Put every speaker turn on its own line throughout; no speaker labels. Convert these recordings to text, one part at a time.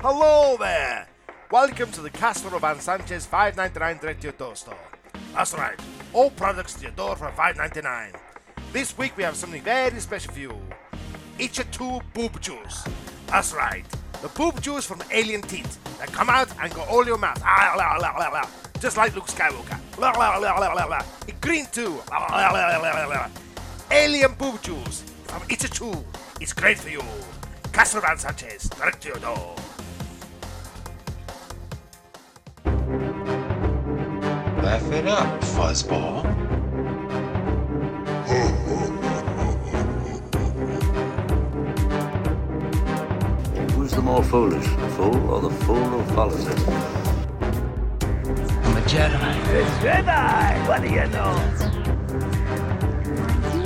Hello there! Welcome to the Castro Van Sanchez 599 Diretto Door store. That's right, all products to your door for 5.99. This week we have something very special for you. Ichatu boob juice. That's right, the boob juice from alien teeth that come out and go all your mouth. Ah, la, la, la, la. Just like Luke Skywalker. La, la, la, la, la, la. Green too. La, la, la, la, la, la. Alien boob juice from Ichatu. It's great for you. Castro Van Sanchez, direct to your door.
Laugh it up, fuzzball.
Who's the more foolish, the fool or the fool who follows it?
I'm a Jedi.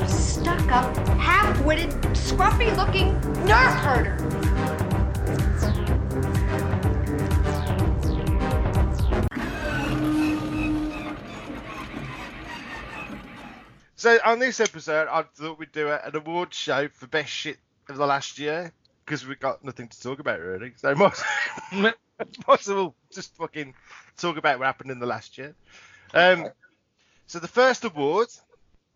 You stuck up, half witted, scruffy looking nerf herder.
So on this episode, I thought we'd do a- an award show for best shit of the last year because we've got nothing to talk about really. So might might as well just fucking talk about what happened in the last year. Um, so the first award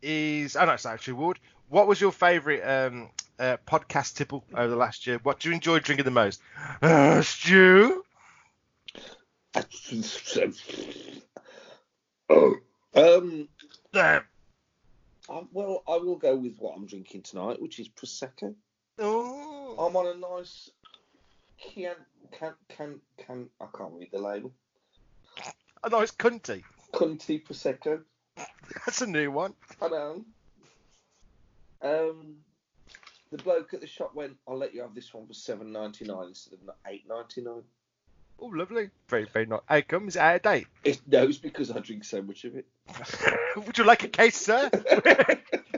is oh no, it's not actually an award. What was your favourite um, uh, podcast tipple over the last year? What do you enjoy drinking the most? Uh, stew.
Oh. Um,
Um,
I, well, I will go with what I'm drinking tonight, which is prosecco.
oh,
I'm on a nice can can can can. I can't read the label.
a nice cunty.
Cunty prosecco.
That's a new one.
I know. Um, the bloke at the shop went, "I'll let you have this one for seven ninety nine instead of eight ninety nine.
Oh, lovely. Very, very nice. How come? Is it out of date?
It no, it's because I drink so much of it.
Would you like a case, sir?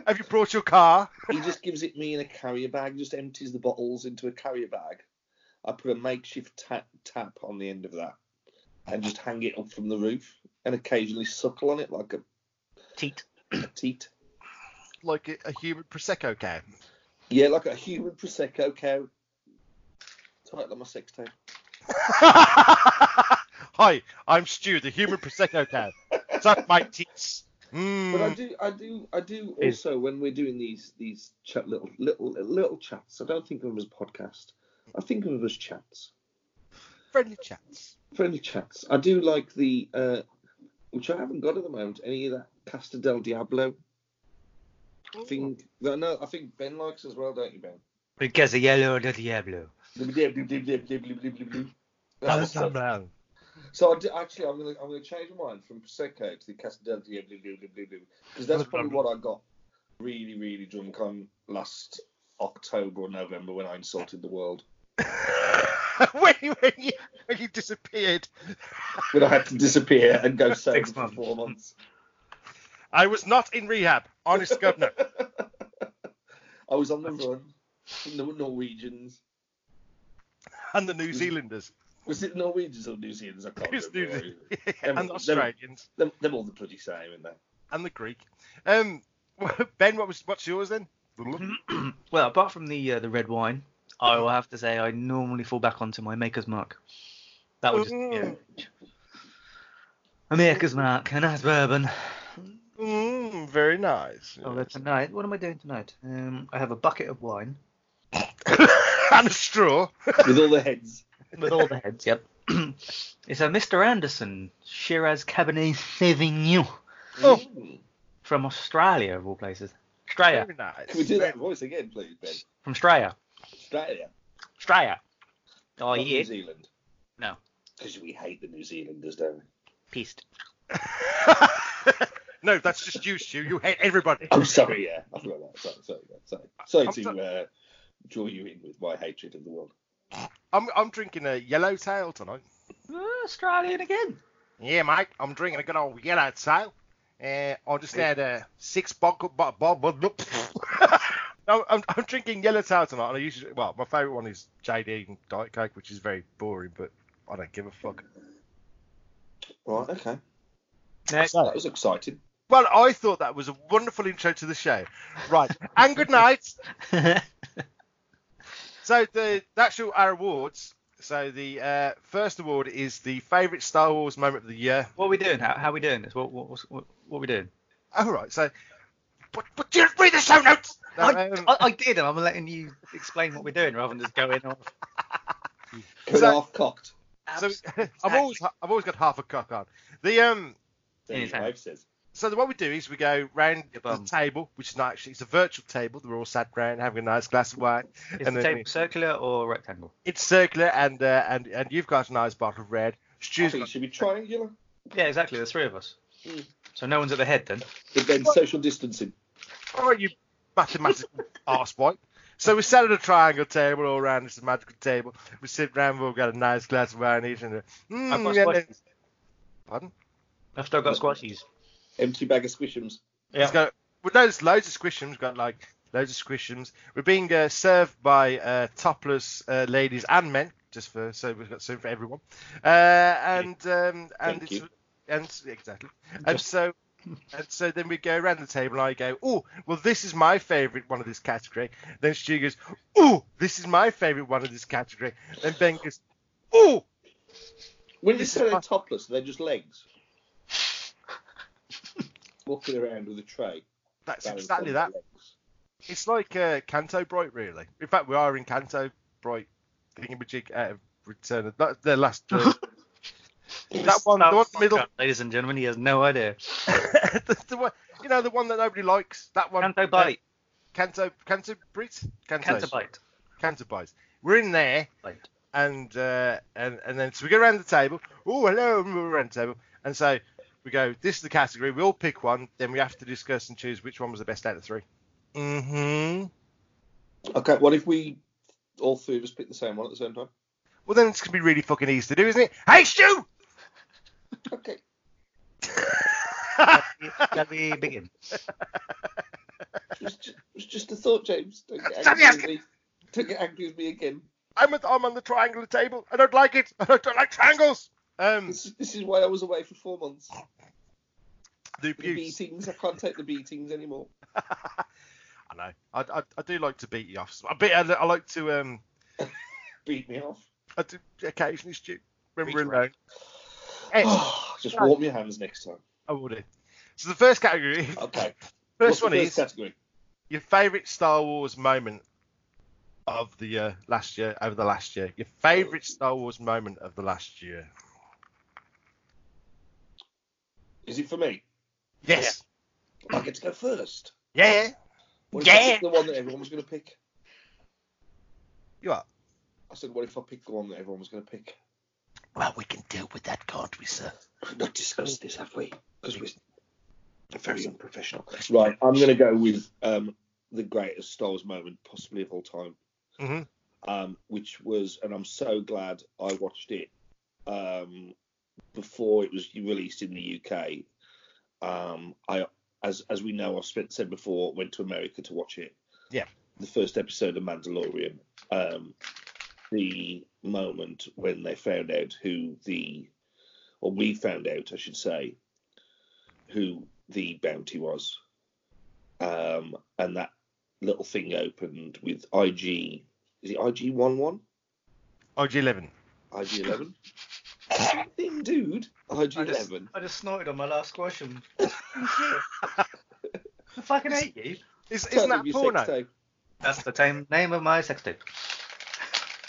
Have you brought your car?
He just gives it me in a carrier bag, just empties the bottles into a carrier bag. I put a makeshift tap, tap on the end of that and just hang it up from the roof and occasionally suckle on it like a
Teat.
a teat.
Like a, a human prosecco can.
Yeah, like a human Prosecco cow. Tight like my sex tape.
Hi, I'm Stu, the human prosecco can. Suck my teats.
But I
Mm.
do, I do, I do
Is-
also when we're doing these these chat little little little chats. I don't think of them as podcast. I think of them as chats.
Friendly chats.
friendly chats. I do like the, uh, which I haven't got at the moment, any of that Casta del Diablo thing. No, no, I think Ben likes as well, don't you, Ben?
Because the yellow the Diablo.
That was fun. So I do, actually, I'm gonna I'm gonna change my mind from prosecco to the Casta del Diablo because that's probably what I got really really drunk on last October or November when I insulted the world
when, you, when, you, when you disappeared,
when I had to disappear and go sober
Six
for four months.
I was not in rehab. Honest governor.
I was on the run from the Norwegians.
And the New Zealanders.
Was it Norwegians or New Zealanders? I can't
It was New
remember.
Zealand. and the Australians.
Them, them all the bloody same, aren't they?
And the Greek. Um, Ben, what was what's yours then?
Hmm?
well, apart from the uh, the red wine, I will have to say I normally fall back onto my Maker's Mark. That would just yeah.
Mm.
a Maker's Mark, a nice bourbon.
Mm, very nice.
Oh,
Although tonight, what am I doing tonight? Um, I have a bucket of wine
and a straw.
With all the heads.
with all the heads. Yep. it's a Mr. Anderson Shiraz Cabernet Sauvignon
Oh.
Mm.
from Australia, of all places. Australia,
Very nice.
Can we do that voice again, please, Ben?
from Australia,
Australia.
Australia. Oh
not New
yeah,
Zealand.
No.
Because we hate the New Zealanders, don't we?
peace.
no, that's just you, Stu. You hate everybody.
I'm Oh, sorry, yeah. I forgot that. Sorry, sorry, yeah, sorry. Sorry
Oh, I'm
to
so-
uh, draw you in with my hatred of the world.
I'm, I'm drinking a yellow tail tonight.
Oh, Australian again.
Yeah, mate. I'm drinking a good old yellow tail. Uh, I just had a six bottle. Bo- bo- bo- bo- no, I'm, I'm drinking yellow tail tonight. And I usually, well, my favourite one is JD and Diet Coke, which is very boring, but I don't give a fuck.
Right, okay.
Next.
That was exciting.
Well, I thought that was a wonderful intro to the show. Right, and good night. So the, the actual our awards. So the uh, first award is the favourite Star Wars moment of the year.
What are we doing? How, how are we doing this? What, what, what's- what, what are we doing?
All right. So, but, but you read the show notes. No,
I,
um,
I, I did, and I'm letting you explain what we're doing rather than just going off.
Cut
So-
off cocked.
so
Absolutely.
I've always I've always got half a cock on. The um.
There
Yeah,
you
yeah.
go, says.
So the, what we do is we go round
Your
the
bum.
table, which is not actually it's a virtual table. We're all sat round having a nice glass of wine.
Is
and then
the table
we-
circular or rectangle?
It's circular, and uh, and and you've got a nice bottle of red.
I
Stu's
think it
got
should be triangular.
Yeah, exactly. There's three of us.
Mm.
So no one's at the head then.
But then social distancing.
All right, you mathematical arsewipe. So we sat at a triangle table all around this magical table. We sit round, we've all got a nice glass of wine each. And, uh, mm,
I've got
yeah,
squashies.
Pardon?
I've still got squashies.
Empty bag of squishums.
It's got, well, no, there's loads of squishums. Got like loads of squishums. We're being uh, served by uh, topless uh, ladies and men, just for so we've got something for everyone. Uh, and um, and
Thank
it's
you.
and it's- exactly. And so and so then we go around the table and I go, oh, well this is my favourite one of this category. Then Stu goes, oh, this is my favourite one of this category. Then Ben goes, oh,
When you
This
say
is my-
they're topless, they're just legs. Walking around with a tray.
that's
balanced
exactly
on
that.
their legs.
It's like uh, Canto Bright, really. In fact, we are in Canto Bright, thinking magic uh, Return of that, the last. Uh, that one, the one in the middle,
Ladies and gentlemen, he has no idea.
the, the one, you know, the one that nobody likes. That one.
Canto
uh,
bite.
Canto, Canto Bright. Canto.
Canto bite.
Canto Bites. We're in there,
Bite.
and uh, and and then so we go around the table. Oh, hello, and we're around the table, and so we go. This is the category. We all pick one. Then we have to discuss and choose which one was the best out of three. Mm-hmm.
Okay, what if we all three of us pick the same one at the same time?
Well, then it's gonna be really fucking easy to do, isn't it? Hey, Stu!
Okay.
Shall we begin?
It was just, it was just a thought, James. Don't get
Stop
angry with
asking-
me. Don't get angry with me again.
I'm at, I'm on the triangular table. I don't like it. I don't, don't like triangles. Um,
This, this is why I was away for four months.
the
The
abuse.
beatings. I can't take the beatings anymore.
I know. I, I, I do like to beat you off. I beat. I, I like to um.
Beat me off.
I do occasionally, Stu. When
Beat
we're
you
alone. Eh,
just warm your hands next time.
I will do. So the first category,
Okay.
first
What's the
one
first
is
category.
your favourite Star Wars moment of the year, last year, over the last year. Your favourite Star Wars moment of the last year.
Is it for me?
Yes.
I get to go first.
Yeah.
What if I
Yeah.
pick the one that everyone was going to pick?
You are.
I said, what if I pick the one that everyone was going to pick?
Well, we can deal with that, can't we, sir?
We've not discussed this, have we? Because we're very unprofessional. Right, I'm going to go with um, the greatest Star Wars moment possibly of all time,
Mhm.
um, which was, and I'm so glad I watched it um, before it was released in the UK. Um, I, as as we know, I've spent, said before, went to America to watch it.
Yeah.
The first episode of Mandalorian. Um, the moment when they found out who the or we found out, I should say, who the bounty was. Um, and that little thing opened with IG. Is it IG 11?
OG11.
IG 11? thing, dude. IG
I just,
11.
I just snorted on my last squash and. I fucking hate you.
Is, isn't that porno?
That's the tame name of my sex tape.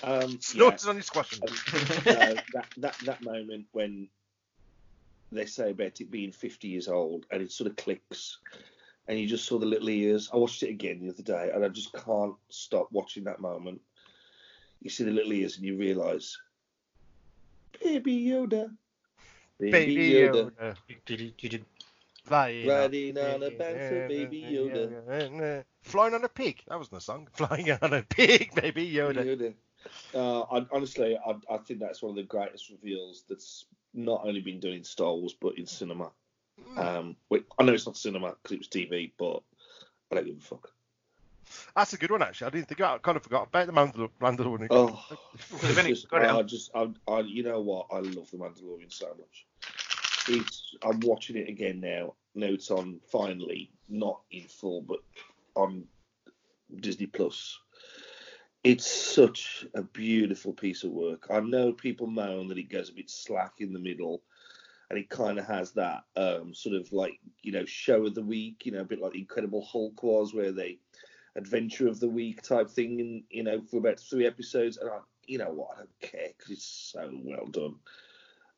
Um, yeah.
Snorted on his squash.
no, that, that that moment when they say about it being 50 years old and it sort of clicks and you just saw the little ears i watched it again the other day and i just can't stop watching that moment you see the little ears and you realize baby yoda
Baby Yoda. Flying
Riding on a bouncer, baby Yoda.
Flying on a pig. That wasn't a song. Flying on a pig, baby Yoda.
Yoda. Uh, I, honestly, I, I think that's one of the greatest reveals that's not only been done in Star Wars but in cinema.
Hmm.
Um, wait, I know it's not cinema because it was TV, but I don't give a fuck.
That's a good one, actually. I didn't think about I kind of forgot about the Mandal- Mandalorian.
Oh,
Got it,
just,
got it.
I just, I, I, you know what? I love the Mandalorian so much. It's, I'm watching it again now. Now it's on finally, not in full, but on Disney Plus. It's such a beautiful piece of work. I know people moan that it goes a bit slack in the middle, and it kind of has that um, sort of like you know show of the week, you know, a bit like Incredible Hulk was, where they adventure of the week type thing, and you know, for about three episodes. And I, you know what, I don't care because it's so well done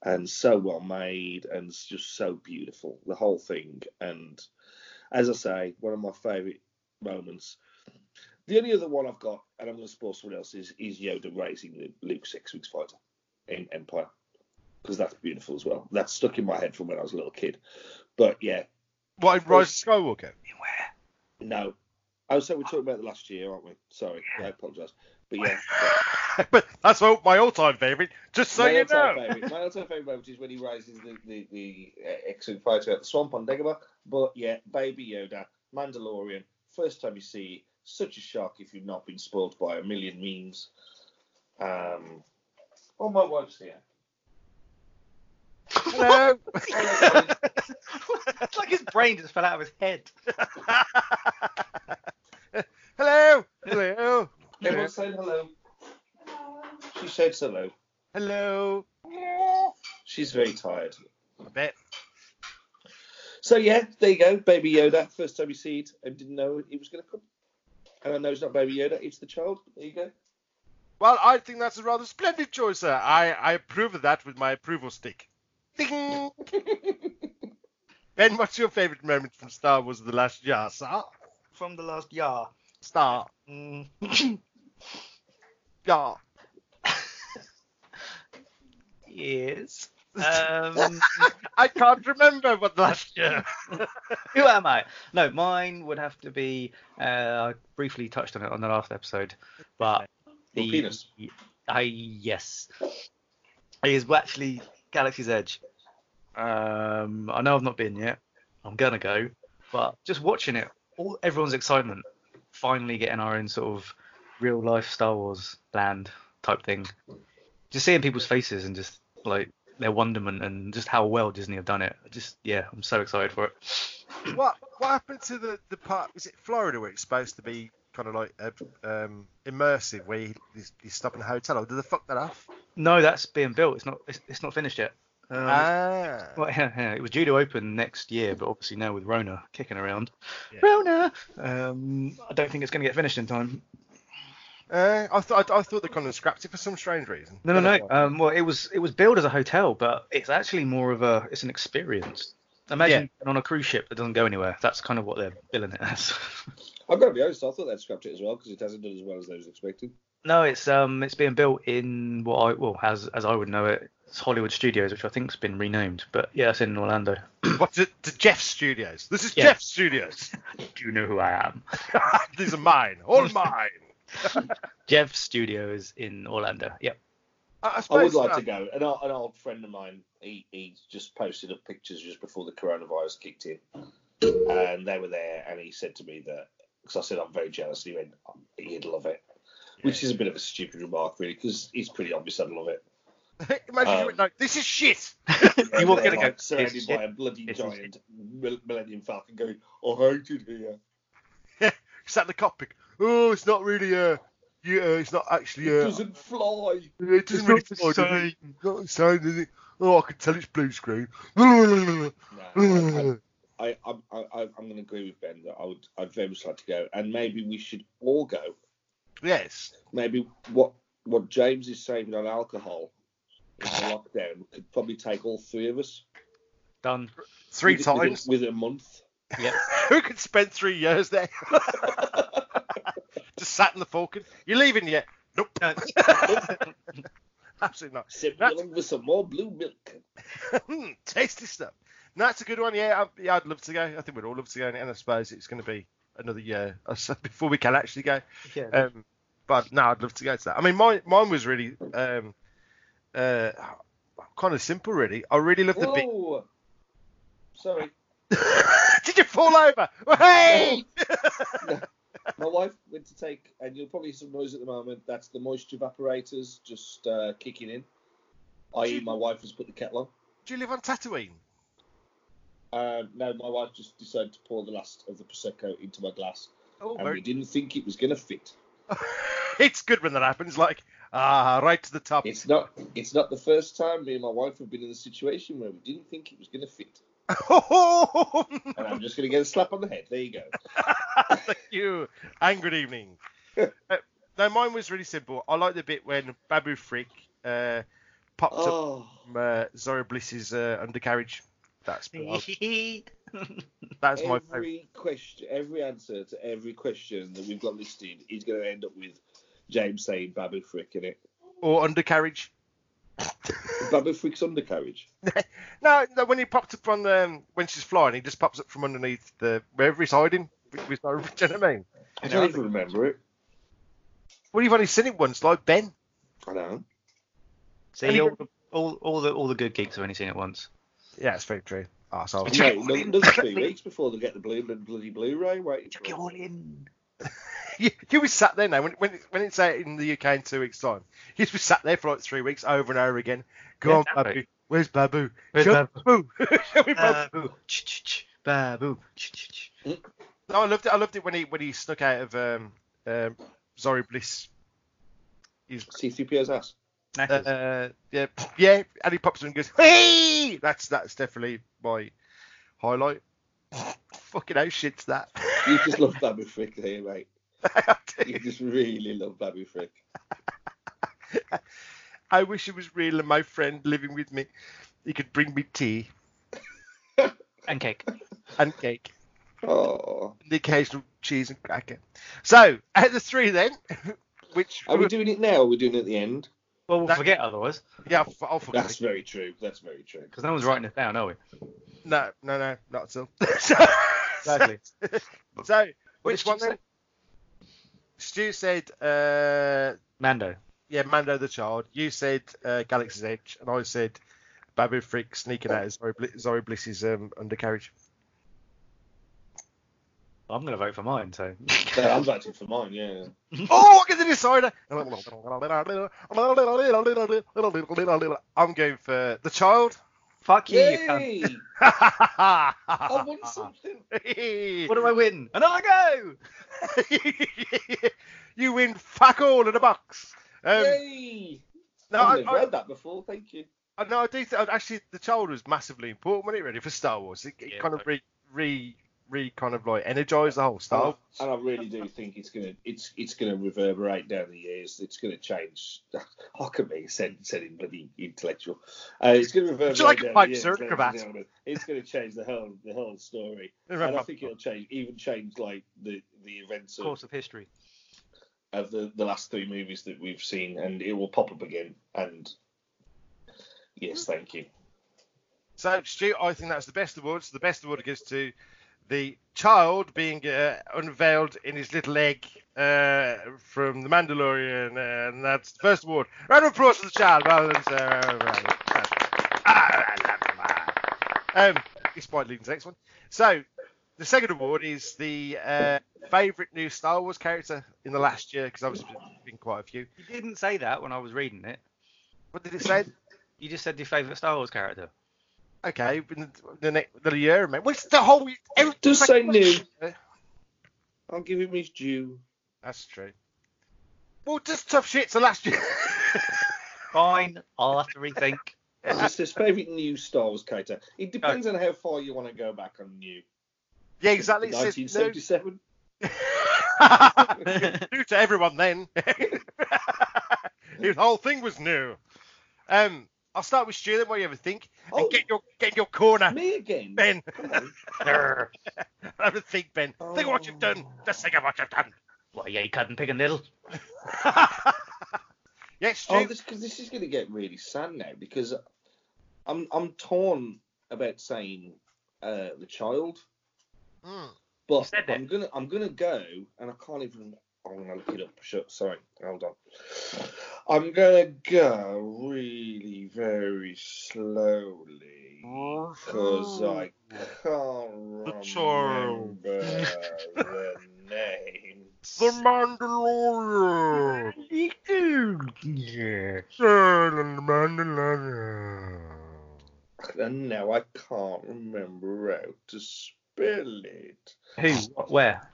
and so well made and it's just so beautiful the whole thing and as i say one of my favorite moments the only other one i've got and i'm going to spoil someone else is, is yoda raising Lu- luke six weeks fighter in empire because that's beautiful as well that's stuck in my head from when i was a little kid but yeah
What in Rise of Skywalker?
no oh so we're talking about the last year aren't we sorry i apologize but yeah
but that's all, my all-time favourite. Just so
my
you
all-time
know.
favourite- my all-time favourite moment is when he raises the the the uh, X-wing fighter out the swamp on Dagobah. But yeah, Baby Yoda, Mandalorian, first time you see such a shock if you've not been spoiled by a million memes. Um, oh my wife's here.
Hello.
it's like his brain just fell out of his head.
Hello. Hello.
Everyone saying hello. She says hello.
Hello.
She's very tired.
I bet.
So yeah, there you go, Baby Yoda. First time you see it, and didn't know he was going to come. And I know it's not Baby Yoda; it's the child. There you go.
Well, I think that's a rather splendid choice, sir. I, I approve of that with my approval stick. Ding. ben, what's your favourite moment from Star Wars The Last Jedi, sir?
From the last yar.
Star.
Mm.
Yeah.
yes. Um,
I can't remember what last year.
who am I? No, mine would have to be. Uh, I briefly touched on it on the last episode, but
Your penis.
I yes, it is actually Galaxy's Edge. Um, I know I've not been yet. I'm gonna go, but just watching it, all everyone's excitement, finally getting our own sort of real life Star Wars land type thing. Just seeing people's faces and just like their wonderment and just how well Disney have done it. Just yeah, I'm so excited for it.
What what happened to the the part? Is it Florida where it's supposed to be kind of like uh, um, immersive, where you, you, you stop in a hotel? Or did they fuck that off?
No, that's being built. It's not. It's, it's not finished yet. Um,
ah.
well, it was due to open next year, but obviously now with Rona kicking around,
Yeah.
Rona, um, I don't think it's going to get finished in time.
Uh, I thought I, I thought they kind of scrapped it for some strange reason.
No, no,
Don't know
no.
why.
Um, well, it was it was billed as a hotel, but it's actually more of a it's an experience. Imagine being on a cruise ship that doesn't go anywhere. That's kind of what they're billing it as.
I've got to be honest. I thought they'd scrapped it as well because it hasn't done as well as they was expecting.
no, it's um it's being built in what I well as as I would know it, it's Hollywood Studios, which I think's been renamed. But yeah, it's in Orlando.
What's it to Jeff's Studios? This is
Yeah.
Jeff's Studios.
Do you know who I am?
These are mine, all mine.
Jeff Studios in Orlando. Yep.
I, I
I would
suppose,
like
uh,
to go. An, o- an old friend of mine, he, he just posted up pictures just before the coronavirus kicked in, and they were there, and he said to me that because I said I'm very jealous, and he went, "He'd love it," which is a bit of a stupid remark really, because it's pretty obvious I'd love it.
Imagine you
um,
went like, this is shit.
you were gonna
Like,
go.
surrounded
"It's
by
shit."
a bloody
It's shit.
giant mil- Millennium Falcon going, "I hate it here."
Sat in the cockpit. Oh, it's not really uh, you, uh, it's not actually
It
uh,
doesn't fly.
It doesn't really fly, does it? It's not the same, does it? Oh, I can tell it's blue screen. yeah,
No, I- I, I'm, I, I'm going to agree with Ben that I would, I'd very much like to go, and maybe we should all go.
Yes.
Maybe what what James is saving on alcohol in the lockdown could probably take all three of us
Done.
Three
within- within-
times.
within a month.
Who could spend three years there? Just sat in the Falcon. You leaving yet? Nope.
No.
Absolutely not.
Sip
That's-
along with some more blue milk.
Hmm, Tasty stuff. No, that's a good one. Yeah, I, yeah, I'd love to go. I think we'd all love to go, and I suppose it's going to be another year or so before we can actually go.
Yeah.
Um, but no, I'd love to go to that. I mean, mine, mine was really um, uh, kind of simple, really. I really love the big.
Whoa! Sorry,
Did you fall over? Hey!
my wife went to take, and you'll probably hear some noise at the moment. That's the moisture evaporators just uh, kicking in. I.e., my wife has put the kettle on.
Do you live on Tatooine?
Um, no, my wife just decided to pour the last of the prosecco into my glass,
Oh,
and we
very.
didn't think it was going to fit.
it's good when that happens. Like, ah, right to the top.
It's not. It's not the first time me and my wife have been in a situation where we didn't think it was going to fit,
Oh,
and I'm just going to get a slap on the head. There you go.
Thank you, and good evening. uh, no, mine was really simple. I like the bit when Babu Frick uh, popped up
Oh,
from, uh, Zora Bliss's uh, undercarriage. That's uh, that's my favourite.
every question, every answer to every question that we've got listed is going to end up with James saying Babu Frick in it.
Or undercarriage.
Babu Frick's undercarriage.
No, no, when he popped up on um, when she's flying, he just pops up from underneath the wherever he's hiding. With, with, Zora- do you know what I mean?
I don't even remember it.
Well, you've only seen it once, like Ben.
I know.
See, all, the, all, all the all the good geeks have only seen it once.
Yeah, it's very true. Arsehole.
No, no, another three weeks before they get the blue bloody Blu-ray. Wait,
Get all in.
you, you was sat there now when when it, when it's out in the UK in two weeks time. You was sat there for like three weeks over and over again. Go
Yeah,
on,
exactly.
Babu. Where's Babu?
Where's
Show Babu? Show me Babu.
Babu. Ch-ch-ch. Babu. Ch-ch-ch.
No, I loved it. I loved it when he when he snuck out of um, um Zori Bliss.
C3PO's ass.
Knackers.
Uh, yeah, yeah, and he pops in and goes, "Hey!" That's that's definitely my highlight. Fucking how shit's that?
You just love Babu Frick, do you, mate?
I do.
You just really love Babu Frick.
I wish it was real and my friend living with me. He could bring me tea
and cake.
and cake.
Oh,
the occasional cheese and cracker. So, out of the three then, which
are we doing it now? Or are we doing it at the end?
Well, we'll
That-
forget otherwise,
yeah, I'll, f- I'll forget.
That's very true. That's very true.
because no one's writing it down, are we?
No, no, no, not at all.
Exactly.
so,
What
which
did
one
Stu
then? Stu said, uh,
Mando.
yeah, Mando the Child. You said uh, Galaxy's Edge, and I said Babu Freak sneaking out of Zori, Bli- Zori Bliss's um, undercarriage.
I'm going to vote for mine, so.
No, I'm voting for mine. Yeah.
oh, I get the decider. I'm going for the child.
Fuck you, you cunt.
Yay!
I
I want something.
What do I win? Another go!
you win fuck all in a box. Um,
Yay!
no,
I've
I,
never
I,
heard that before. Thank you.
I, no, I do. Th- actually, the child was massively important, wasn't it? Really for Star Wars, it, it
Yeah,
kind of
right.
re, re, re, kind of like energized the whole Star.
And
Wars.
I, and I really do think it's gonna it's it's gonna reverberate down the years. It's gonna change. Huckabee said said in bloody intellectual. Uh, it's gonna reverberate
like a
down
pipe,
the years.
sir,
ladies and
cravat?
gentlemen. It's gonna change the whole the whole story. And I
Remember-
think it'll change even change like the the events of,
Course of history.
of the the last three movies that we've seen, and it will pop up again. And
Mm.
yes, thank you.
So, Stu, I think that's the best award. So the best award goes to the child being uh, unveiled in his little egg uh, from The Mandalorian, uh, and that's the first award. Round of applause for the child. uh, Well done, Ah, sir. Um, despite leading to the next one. So, the second award is the uh, favourite new Star Wars character in the last year, because obviously there's been quite a few.
You didn't say that when I was reading it.
What did it say?
You just said your favourite Star Wars character.
Okay, in the, the next the year, mate. What's the whole? Every,
Just say new. I'll give him his due.
That's true. Well, just tough shit to last year.
Fine, I'll have to rethink.
It's his favourite new Star Wars character. It depends on how far you want to go back on new.
yeah, exactly. It's just new.
1977.
new to everyone then. the whole thing was new. Um, I'll start with Stu. Then what do you ever think?
Oh.
And get your get your corner,
Me again.
Ben.
Come on.
Why
Have a think, Ben. Think of what you've done. Just think of what you've done.
yeah, you cut and pick and diddle.
yes, Stu.
Oh, this, cause this is going to get really sad now because I'm I'm torn about saying uh, the child,
Mm.
but
said that.
I'm gonna I'm gonna go and I can't even. I'm gonna look it up. Sure, sorry, hold on. I'm gonna go really very slowly because
Oh.
I can't remember
child.
the name.
The Mandalorian.
yeah.
The Mandalorian.
and now I can't remember how to spell it.
Who? What, where?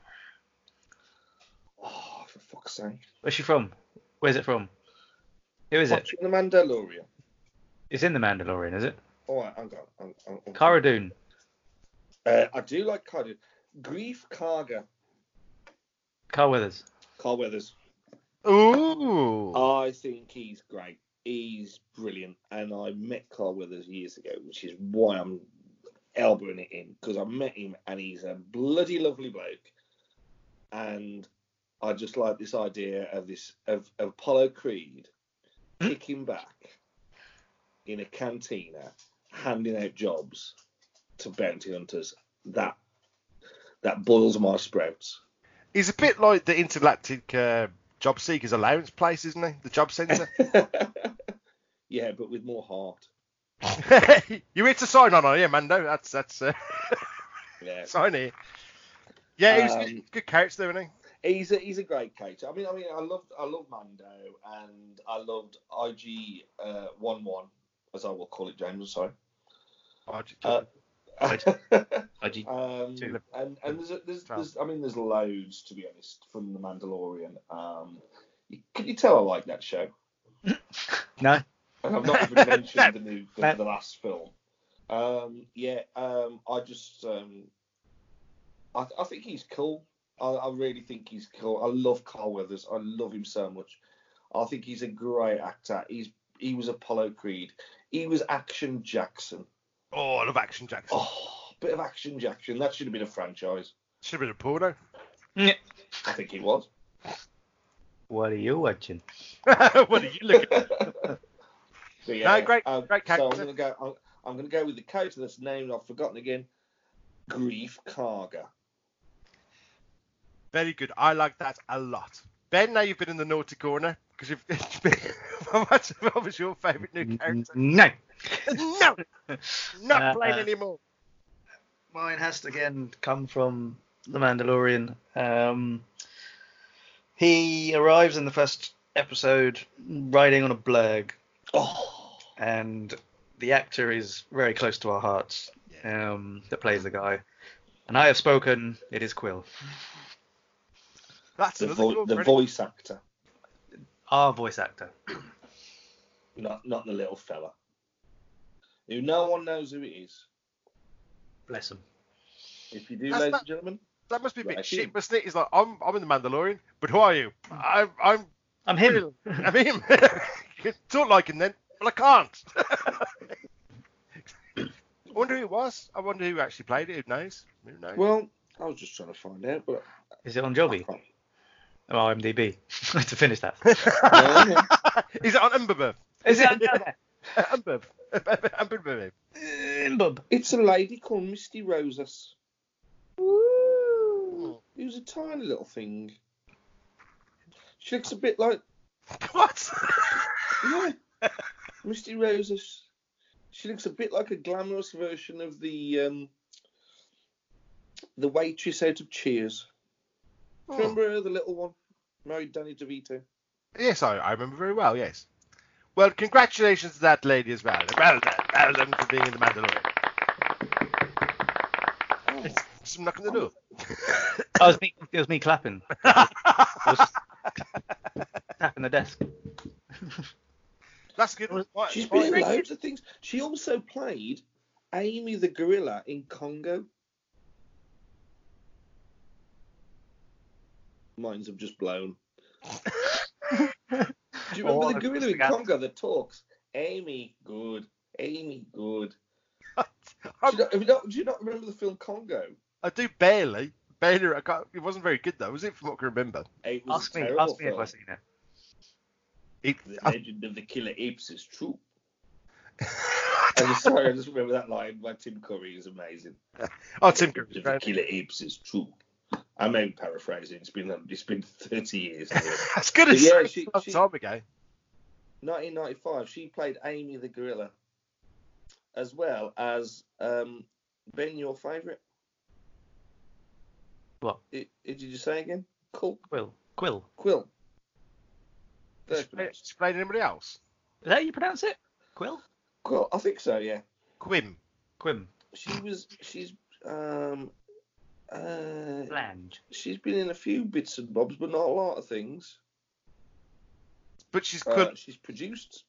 Oh, for fuck's sake.
Where's she from? Where's it from? Who is it?
Watching The Mandalorian.
It's in The Mandalorian, is it?
All right, I'm gone. I'm, I'm, I'm,
Cara Dune.
Uh, I do like Cara Dune. Grief Karga.
Carl Weathers.
Carl Weathers.
Ooh.
I think he's great. He's brilliant. And I met Carl Weathers years ago, which is why I'm elbowing it in because I met him and he's a bloody lovely bloke. And I just like this idea of this of, of Apollo Creed kicking back in a cantina, handing out jobs to bounty hunters. That that boils my sprouts.
He's a bit like the Intergalactic uh, Job Seekers Allowance place, isn't he? The job centre.
yeah, but with more heart.
you here to sign on, are you, Mando? That's that's uh,
Yeah.
sign here. Yeah, he's
Um,
he's a good coach, though, isn't he?
He's a, he's a great coach. I mean, I mean, I loved I loved Mando and I loved IG one one as I will call it, James. I'm sorry.
Oh, j-
Uh,
IG.
um,
Two.
and and there's, a- there's there's I mean there's loads to be honest from the Mandalorian. Um, you, can you tell I like that show?
No.
And I've not even mentioned the new the, the last film. Um, yeah, um, I just um, I, I think he's cool. I, I really think he's cool. I love Carl Weathers. I love him so much. I think he's a great actor. He's he was Apollo Creed. He was Action Jackson.
oh, I love Action Jackson.
Oh, bit of Action Jackson. That should have been a franchise.
Should have been a porno.
I think he was.
What are you watching?
what are you looking? at?
So, yeah,
great-
um,
great
So I'm
character.
gonna go. I'm, I'm gonna go with the coach that's named. I've forgotten again. Grief Karga.
Very good. I like that a lot. Ben, now you've been in the naughty corner because you've. what what was your favourite new character?
No.
no, not
Uh,
playing
uh,
anymore.
Mine has to again come from The Mandalorian. Um, he arrives in the first episode riding on a blurg,
Oh.
and the actor is very close to our hearts um, that plays the guy. And I have spoken, it is Quill.
That's
the,
another
vo-
good
the
one.
voice actor,
Our voice actor.
not not the little fella, who no one knows who it is.
Bless him.
If you do,
That's
ladies
not-
and gentlemen,
That must be a bit
Right. Mm.
shit, mustn't it? He's like, I'm, I'm in the Mandalorian, but who are you? I'm, I'm,
I'm him.
I'm him. Talk like him then. Well, I can't. I wonder who it was. I wonder who actually played it. Who knows? Who knows?
well, I was just trying to find out, but
Is it on Jobby?
I
Oh, IMDb. I have to finish that.
can't. No, no.
Is it on Umberbirth?
Is it on
Umberb. Umberb.
Jobby?
it's a lady called Misty Rosas. Ooh, who's a tiny little thing. She looks a bit like
What?
yeah, Misty Rosas. She looks a bit like a glamorous version of the um, the waitress out of Cheers. Do you Remember her, the little one? Married Danny DeVito.
Yes, I, I remember very well. Yes. Well, congratulations to that lady as well. Well done, well done for being in the Mandalorian. Some knock on the door.
Oh, it was me, it was me clapping. It was tapping the desk.
That's good. Why-
She's
why-
been in loads of things. She also played Amy the gorilla in Congo. Minds have just blown. Do you remember
Oh,
the
I've
gorilla
just
in
forgot.
Congo that talks? Amy, good. Amy, good. Do you,
I'm-
not, have you not- do you not remember the film Congo?
I do barely. Barely. I can't, it wasn't very good though, was it? From what I can remember.
It was
Ask
a
me,
terrible
ask me if
film.
I've seen it.
It,
The
I,
Legend of the Killer Apes is true. I'm just sorry, I just remember that line by Tim Curry is amazing.
oh, Tim
Legend
Curry's
of the
great.
Killer Apes is true. I'm only paraphrasing. It's been it's been 30 years.
That's good
But
as
yeah,
yeah,
she- she-
time ago.
1995. She played Amy the gorilla, as well as um, Ben, your favourite.
What?
Did, did you just say again? Cool.
Quill. Quill.
Quill.
Has
Very
she played-
pronounced.
she played anybody else?
Is that how you pronounce it? Quill?
Quill. I think so. Yeah.
Quim.
Quim.
she was she's um Uh,
Bland.
she's been in a few bits and bobs, but not a lot of things.
But she's
Uh,
good.
she's produced.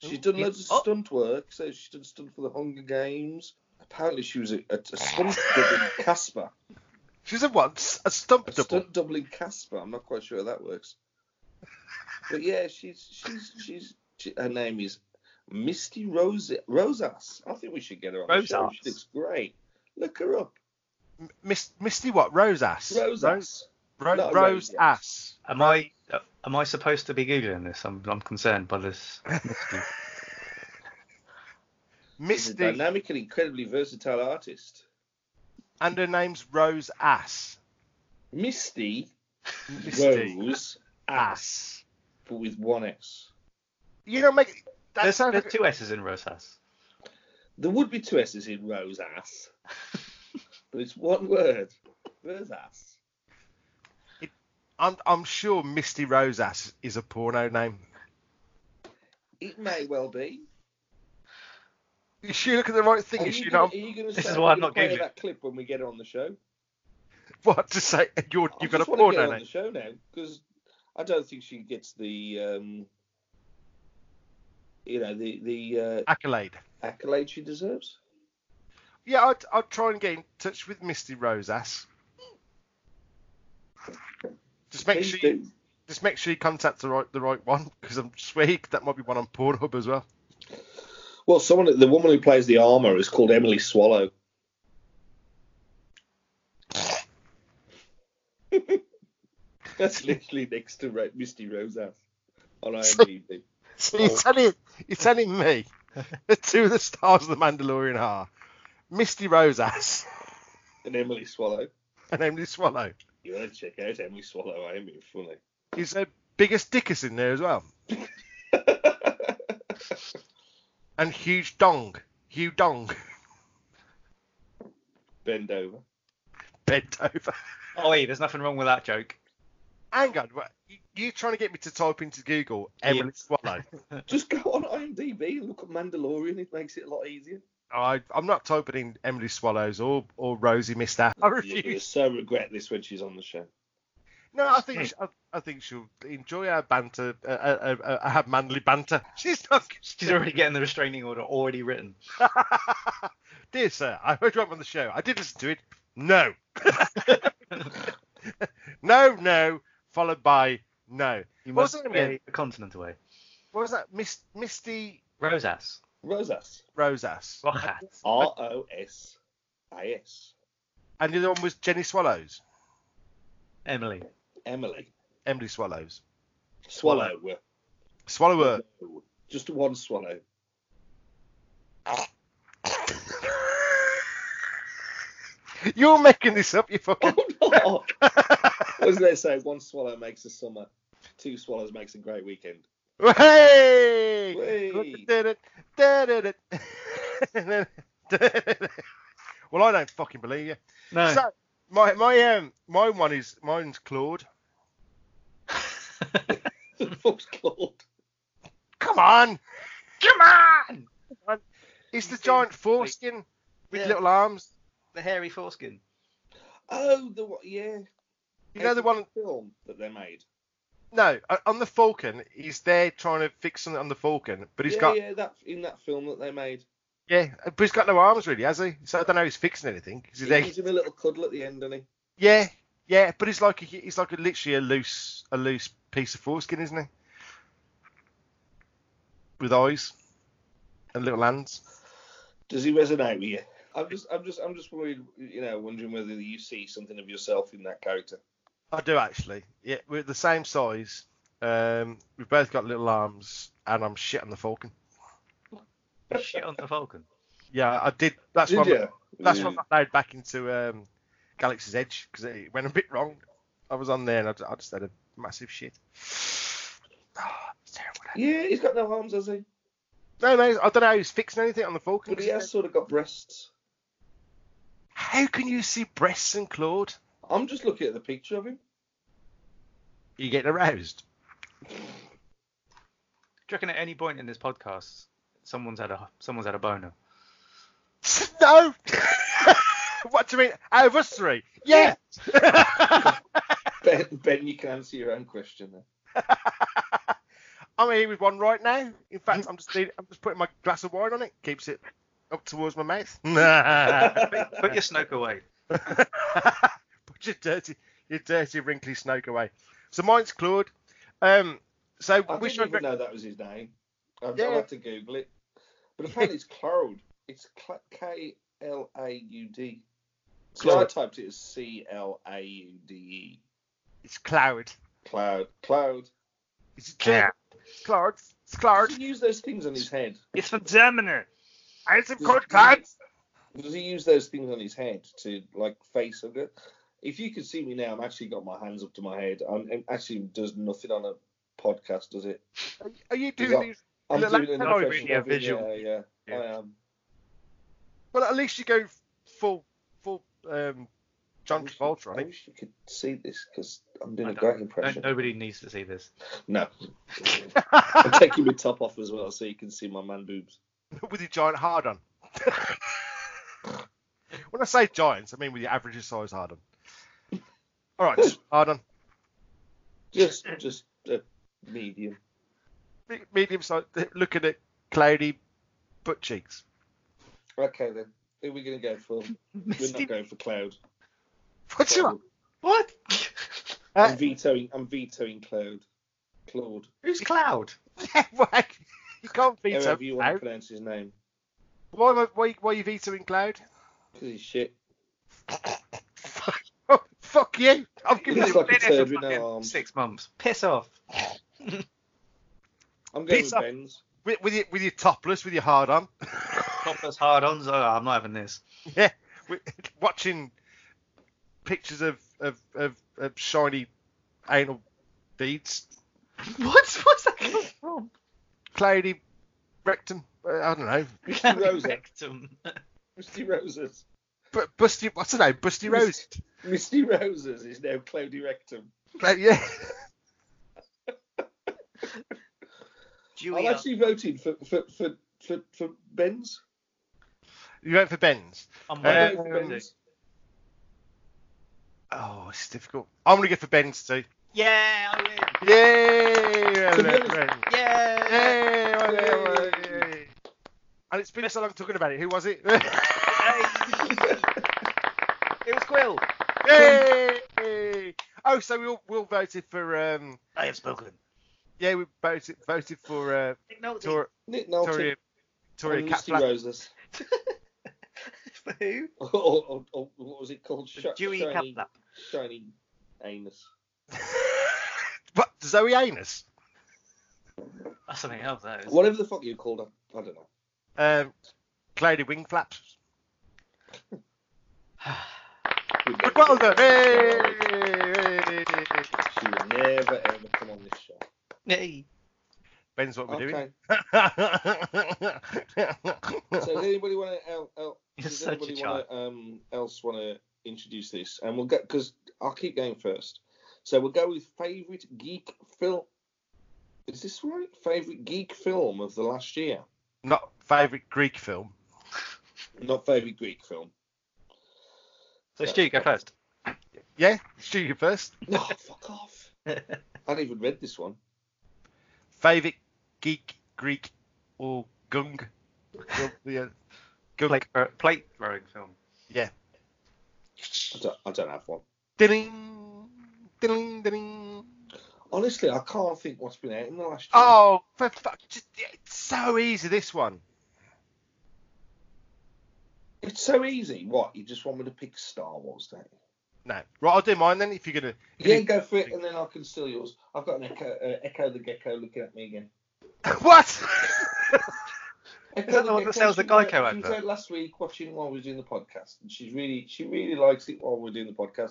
She's done
yeah.
loads of
Oh.
stunt work. So she's done stunt for the Hunger Games. Apparently, she was a, a, a stunt doubling Casper.
She's a once a stump
A
double.
stunt doubling Casper. I'm not quite sure how that works. But yeah, she's she's she's she, her name is Misty Rose Rosas. I think we should get her on the show.
Rosas.
She looks great. Look her up.
Mis- Misty what? Rose ass.
Rosas.
Ro-
No,
Rose,
Rose
ass.
Am I uh, am I supposed to be googling this? I'm I'm concerned by this.
She's a
Misty
dynamic and incredibly versatile artist.
and her name's Rose ass.
Misty
Misty
Rose,
ass.
but with one S.
You don't make. That
There's,
sounds
there's
like
two S's in Rosas.
There would be two S's in Rose ass, but it's one word. Rose ass.
I'm I'm sure Misty Rose ass is a porno name.
It may well be.
Is she looking at the right thing?
Are
Is
you
she
gonna-
not
are you gonna
This
say-
is
are
why
you
I'm
gonna
not
play
Googling.
that clip when we get it on the show.
what to say? You're
I
you've got a
just wanna
porno
get her on
name.
the show now because I don't think she gets the um, you know the the uh,
Accolade.
accolade she deserves.
Yeah, I'd, I'd try and get in touch with Misty Rose ass. Just make
Please
sure you,
do.
just make sure you contact the right the right one because I'm swear that might be one on Pornhub as well.
Well, someone the woman who plays the armor is called Emily Swallow. That's literally next to Ra- Misty Rose ass on IMDb.
So you're telling you're telling me the two of the stars of the Mandalorian are Misty Rose ass
and Emily Swallow.
and Emily Swallow.
You ought to check out Emily Swallow. I am being funny.
Is her biggest dickus in there as well and huge dong, Hugh dong
Bend over.
bent over.
Oh, wait, there's nothing wrong with that joke.
Hang on, what, you, you're trying to get me to type into Google Emily Swallow.
Just go on IMDb and look at Mandalorian. It makes it a lot easier.
I, I'm not typing in Emily Swallows or, or Rosie Mister. I
You're going to
refuse.
so regret this when she's on the show.
No, I think she, I, I think she'll enjoy our banter. Uh, uh, uh, uh, have manly banter. She's not.
She's already getting the restraining order already written.
Dear sir, I heard you up on the show. I did listen to it. No. no, no, followed by no.
You
What was
must
that
be
again?
a continent away.
What was that? Mis- Misty
Rosas.
Rosas.
Rosas.
Rojas.
R O S A S.
And the other one was Jenny Swallows.
Emily.
Emily.
Emily Swallows.
Swallow.
Swallower.
Just one swallow.
You're making this up, you fucking.
what was they say? One swallow makes a summer. Two swallows makes a great weekend.
Hey!
Hey.
well, I don't fucking believe you.
No.
So my my um my one is mine's Claude.
What's called?
Come on,
Come on!
it's the giant foreskin with
Yeah.
little arms.
The hairy foreskin.
Oh, the one- yeah.
You know the one?
film that they made.
No, o- on the falcon, he's there trying to fix something on the falcon, but he's
yeah,
got yeah.
yeah, that in that film that they made.
uh, but he's got no arms really, has he? So I don't know. if He's fixing anything. 'cause
He
he's like,
gives him a little cuddle at the end, doesn't he?
yeah, yeah, but he's like a, he's like a, literally a loose a loose piece of foreskin, isn't he? With eyes and little hands.
Does he resonate with you? I'm just, I'm just, I'm just worried, you know, wondering whether you see something of yourself in that character.
I do actually. Yeah, we're the same size. Um, we've both got little arms, and I'm shit on the Falcon.
Shit on the falcon.
Yeah, I did. That's
Did
why.
you?
I'm- That's
Yeah.
why I got loaded back into um, Galaxy's Edge because it went a bit wrong. I was on there and I, ju- I just had a massive shit. Ah, it's terrible.
Yeah, he's got no arms, has he?
No, no, I don't know. how He's fixing anything on the Falcon.
But he has sort of got breasts.
How can you see breasts and Claude?
I'm just looking at the picture of him.
You getting aroused?
Do you reckon at any point in this podcast someone's had a someone's had a boner?
no. What do you mean? Out of us three? Yeah.
Ben, ben, you can answer your own question then.
I'm here with one right now. In fact, I'm just leaning- I'm just putting my glass of wine on it. Keeps it up towards my mouth.
Put your snoke away.
Put your dirty, your dirty, wrinkly snoke away. So mine's Claude. Um, so
I
wish
didn't
I'd
even
re-
know that was his name. I've,
Yeah.
I'll have to Google it. But apparently it's Cloud. It's K L A U D. So I
Cloud.
typed it as C L A U D E.
it's Cloud.
Cloud. Cloud.
It's Cloud. Cloud. It's Cloud.
Does he use those things on his head?
It's from Germany.
I some
Does-
called Cloud.
Does he use those things on his head to like face hug it? If you could see me now, I'm actually got my hands up to my head. I'm, it actually does nothing on a podcast, does it?
Are you
Is that-
doing these?
I'm
Look, like
doing an
Cloud,
impression
really, a
of it,
visual.
Yeah, yeah,
Yeah.
I am.
Well, at least you go full, full um, John
wish-
Travolta on
I
it.
wish you could see this because I'm doing
I
a
don't-
great
No,
impression.
nobody needs to see this.
No. I'm taking my top off as well so you can see my man boobs.
with your giant hard on. when I say giants, I mean with your average size hard on. All right, hard on.
Just just a medium.
Medium size. Looking at cloudy butt cheeks.
Okay then. Who are we gonna go for? We're not going for Cloud.
What's your
What?
I'm vetoing I'm vetoing Cloud. Claude.
Who's Cloud?
You can't veto
However you want to
Cloud.
pronounce his name.
Why, am I- why, why are you vetoing Cloud?
Because he's shit.
Oh, fuck you! I'm
He
giving
looks
you
like a
Been here
turd
for
with
fucking
no arms.
six months. Piss off.
I'm going
Piss
with
off.
Ben's.
with, with your with your topless, with your hard on,
Topless hard ons. Oh, I'm not having this.
with, watching pictures of of, of of shiny anal deeds.
What's what's that come from?
cloudy rectum. Uh, I don't know.
Mr. Rosa.
Rectum.
Misty Roses.
But busty, what's her name? Busty Rose.
Misty Roses is now Cloudy Rectum.
Cla- yeah.
I'm
Julia.
actually voting for for, for, for, for Ben's.
You went for Ben's.
I'm
Uh,
I'm going for
um,
Ben's.
Oh, it's difficult. I'm gonna go for Ben's too.
yeah, I win.
Yay!
To be honest-
Ben.
Yeah.
Yay! well done,
Yay.
well done. And it's been so long talking about it. Who was it?
It was Quill.
Yay! Oh, so we all, we all voted for um.
I have spoken.
Yeah, we voted voted for uh.
Nick Nolte.
Tor-
Nick
Toria
Nolte
Toria
and Misty
Catflap.
Roses.
For who?
or, or, or what was it called? Sh-
Dewey
shiny,
Kaplap.
shiny anus.
What Zoe Anus?
That's something else, that is.
Whatever the fuck you called it, I don't know.
Um, cloudy wing flaps.
We'd
But
never-
well done. Hey!
She will never ever come on this show.
Hey.
Ben's what we're
Okay. So does
doing.
anybody want to? El, el,
You're
does
such a
anybody wanna, um, else want to introduce this? And we'll get because I'll keep going first. So we'll go with favorite geek film. Is this right? Favorite geek film of the last year.
Not favourite Greek film.
Not favorite Greek film.
So, Stu, go first.
Yeah, Stu, you first.
No, fuck off. I haven't even read this one.
Favourite geek Greek or gung? Well, yeah, gung.
Plate, uh, plate throwing film.
Yeah.
I don't, I don't have one.
Ding, ding, ding.
Honestly, I can't think what's been out in the last year.
Oh, for fuck! Just, it's so easy this one.
It's so easy. What? You just want me to pick Star Wars, don't you?
No, right, I'll do mine then. If you're gonna, if
Yeah, go for it, and then I can steal yours. I've got an echo, uh, echo the gecko looking at me again.
what?
Echo
that the one that sells the
she-
Geico
She was
advert?
out last week watching while we were doing the podcast, and she's really, she really likes it while we're doing the podcast.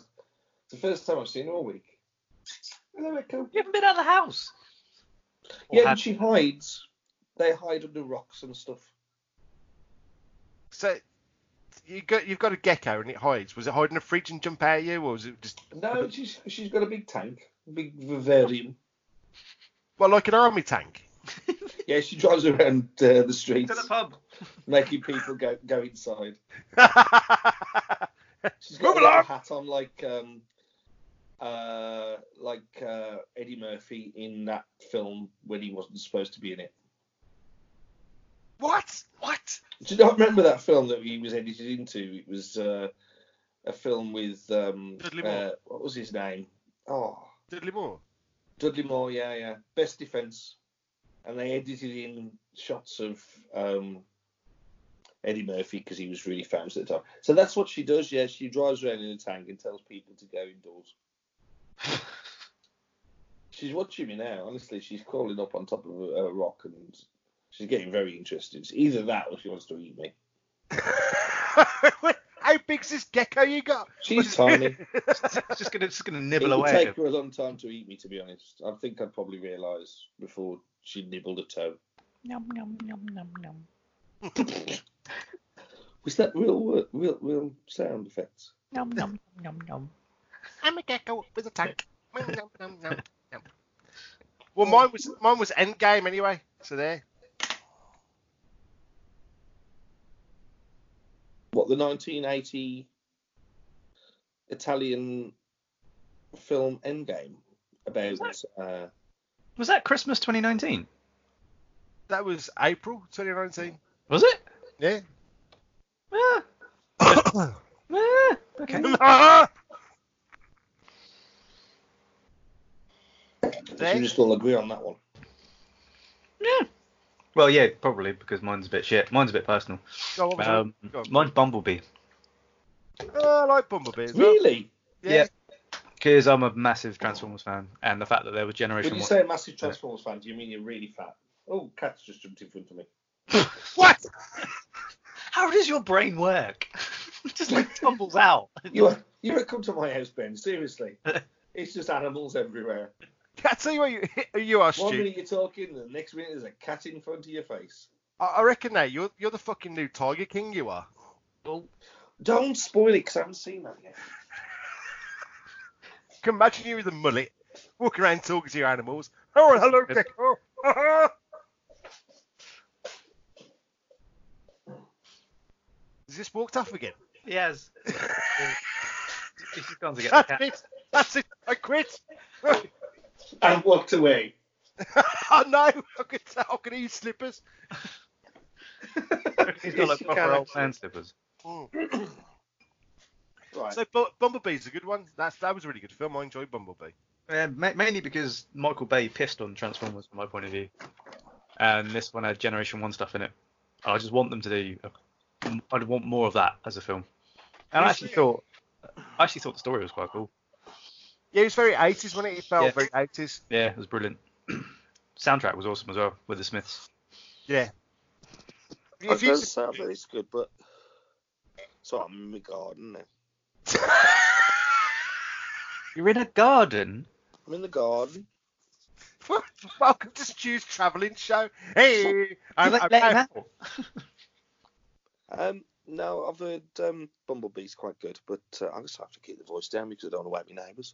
It's the first time I've seen her all week. Hello, Echo.
You haven't been out of the house.
Yeah,
had-
and she hides. They hide under rocks and stuff.
So you got you've got a gecko and it hides. Was it hiding a fridge and jump out at you, or was it just
No, she's she's got a big tank, a big vivarium.
well like an army tank?
Yeah, she drives around uh, the streets,
To the pub.
making people go go inside. She's got like,
Move along.
a hat on like um uh like uh Eddie Murphy in that film when he wasn't supposed to be in it.
What? What?
Do you not remember that film that he was edited into? It was uh, a film with um
Dudley
uh,
Moore.
what was his name? Oh
Dudley Moore.
Dudley Moore, yeah, yeah. Best defense. And they edited in shots of um, Eddie Murphy because he was really famous at the time. So that's what she does. Yeah, she drives around in a tank and tells people to go indoors. she's watching me now. Honestly, she's crawling up on top of a, a rock and she's getting very interested. It's either that or she wants to eat me.
How big's this gecko you got?
She's tiny.
It's just gonna, it's just gonna
It
nibble
would
away. at
take
him.
her a long time to eat me, to be honest. I think I'd probably realise before she nibbled a toe.
Nom nom nom nom nom.
Was that real, wo- real, real sound effects?
Nom nom nom nom.
I'm a gecko with a tank. Nom, nom, nom, nom, nom. Well, mine was mine was Endgame anyway. So there.
What the 1980 Italian film Endgame about? Uh,
Was that Christmas 2019?
That was April 2019.
Was it?
Yeah.
Ah, ah, okay.
we
there.
just all agree on that one.
Yeah. Well, yeah, probably because mine's a bit shit. Mine's a bit personal.
Go on,
Um,
go on.
mine's Bumblebee
Oh, I like Bumblebee. as well.
Really?
Yeah.
because I'm a massive Transformers fan, and the fact that there was
When
Generation
you
One.
say a massive Transformers fan, do you mean you're really fat? Oh, cat's just jumped in front of me.
What? How does your brain work? It just like tumbles out.
You are, you are come to my house, Ben. Seriously, it's just animals everywhere.
I tell you what, you, you
One
are Stu.
minute you're talking, the next minute there's a cat in front of your face.
I, I reckon now you're you're the fucking new Tiger King. You are.
Don't spoil it because I haven't seen that yet.
Can imagine you with a mullet walking around talking to your animals. Oh, hello, gecko. Is this walked off again?
Yes. He's just gone to get the
That's
cat.
it. That's it. I quit.
I walked away.
oh no! I could tell. I could eat slippers.
He's got
Yes,
like
you
proper
can
old
actually.
man slippers.
Right.
So Bu- Bumblebee's a good one. That's that was a really good film. I enjoyed Bumblebee.
Uh, ma- mainly because Michael Bay pissed on Transformers from my point of view, and this one had Generation One stuff in it. I just want them to do. I'd want more of that as a film. And I actually thought, I actually thought the story was quite cool.
Yeah, it was very 80s, wasn't it? It felt
Yeah.
Oh, very 80s.
Yeah, it was brilliant. Soundtrack was awesome as well with the Smiths.
Yeah.
It
If you-
does sound that it's good, but so I'm in my garden now.
You're in a garden.
I'm in the garden.
Welcome to Stu's travelling show. Hey, I'm,
Let-
I'm-
let him out.
Um, no, I've heard um, Bumblebee's quite good, but uh, I just have to keep the voice down because I don't want to wake my neighbours.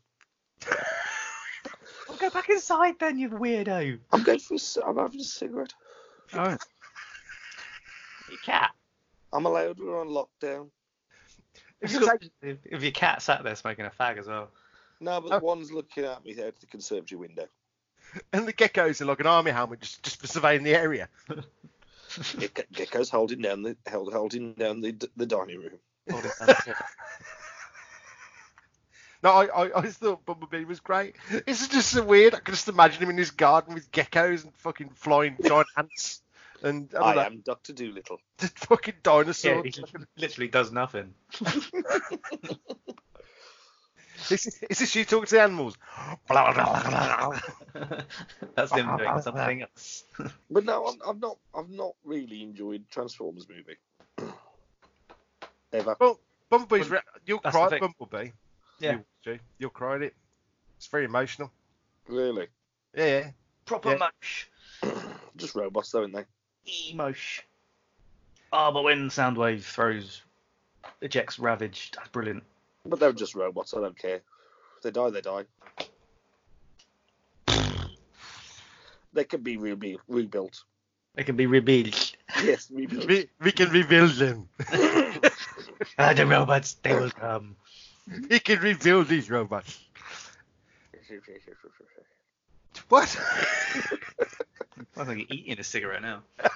Well, go back inside then, you weirdo.
I'm going for a, c- I'm having a cigarette.
Oh. Your cat.
I'm allowed. We're on lockdown.
If
If,
you take-
if your cat sat there smoking a fag as well.
No, but
Oh.
one's looking at me out the conservatory window.
and the geckos are like an army helmet just, just for surveying the area.
Gecko- Gecko's holding down the held, holding down the the dining room.
No, I, I, I just thought Bumblebee was great. It's just so weird. I can just imagine him in his garden with geckos and fucking flying giant ants and I
I,
don't know,
am Doctor Doolittle.
just fucking
yeah,
dinosaurs.
he literally does nothing.
Is, is this you talking to the animals? Blah, blah, blah, blah, blah.
That's him doing something else.
But no, I'm, I've not I've not really enjoyed Transformers movie. Ever.
Well, Bumblebee's. Re- you'll
That's
cry
the
at
thing.
Bumblebee.
Yeah.
You, will, Stu. you'll cry at it. It's very emotional.
Really.
Yeah, yeah.
Proper
Yeah.
mush.
Just robots, though, aren't they?
Emosh. Ah, but when Soundwave throws, ejects Ravage, that's brilliant.
But they're just robots. I don't care. If they die, they die. They can be re- rebuilt.
It can be rebuilt.
Yes, rebuilt.
We, we can rebuild them.
Ah, the robots, they will come.
He can rebuild these robots. What?
I think you're eating a cigarette now.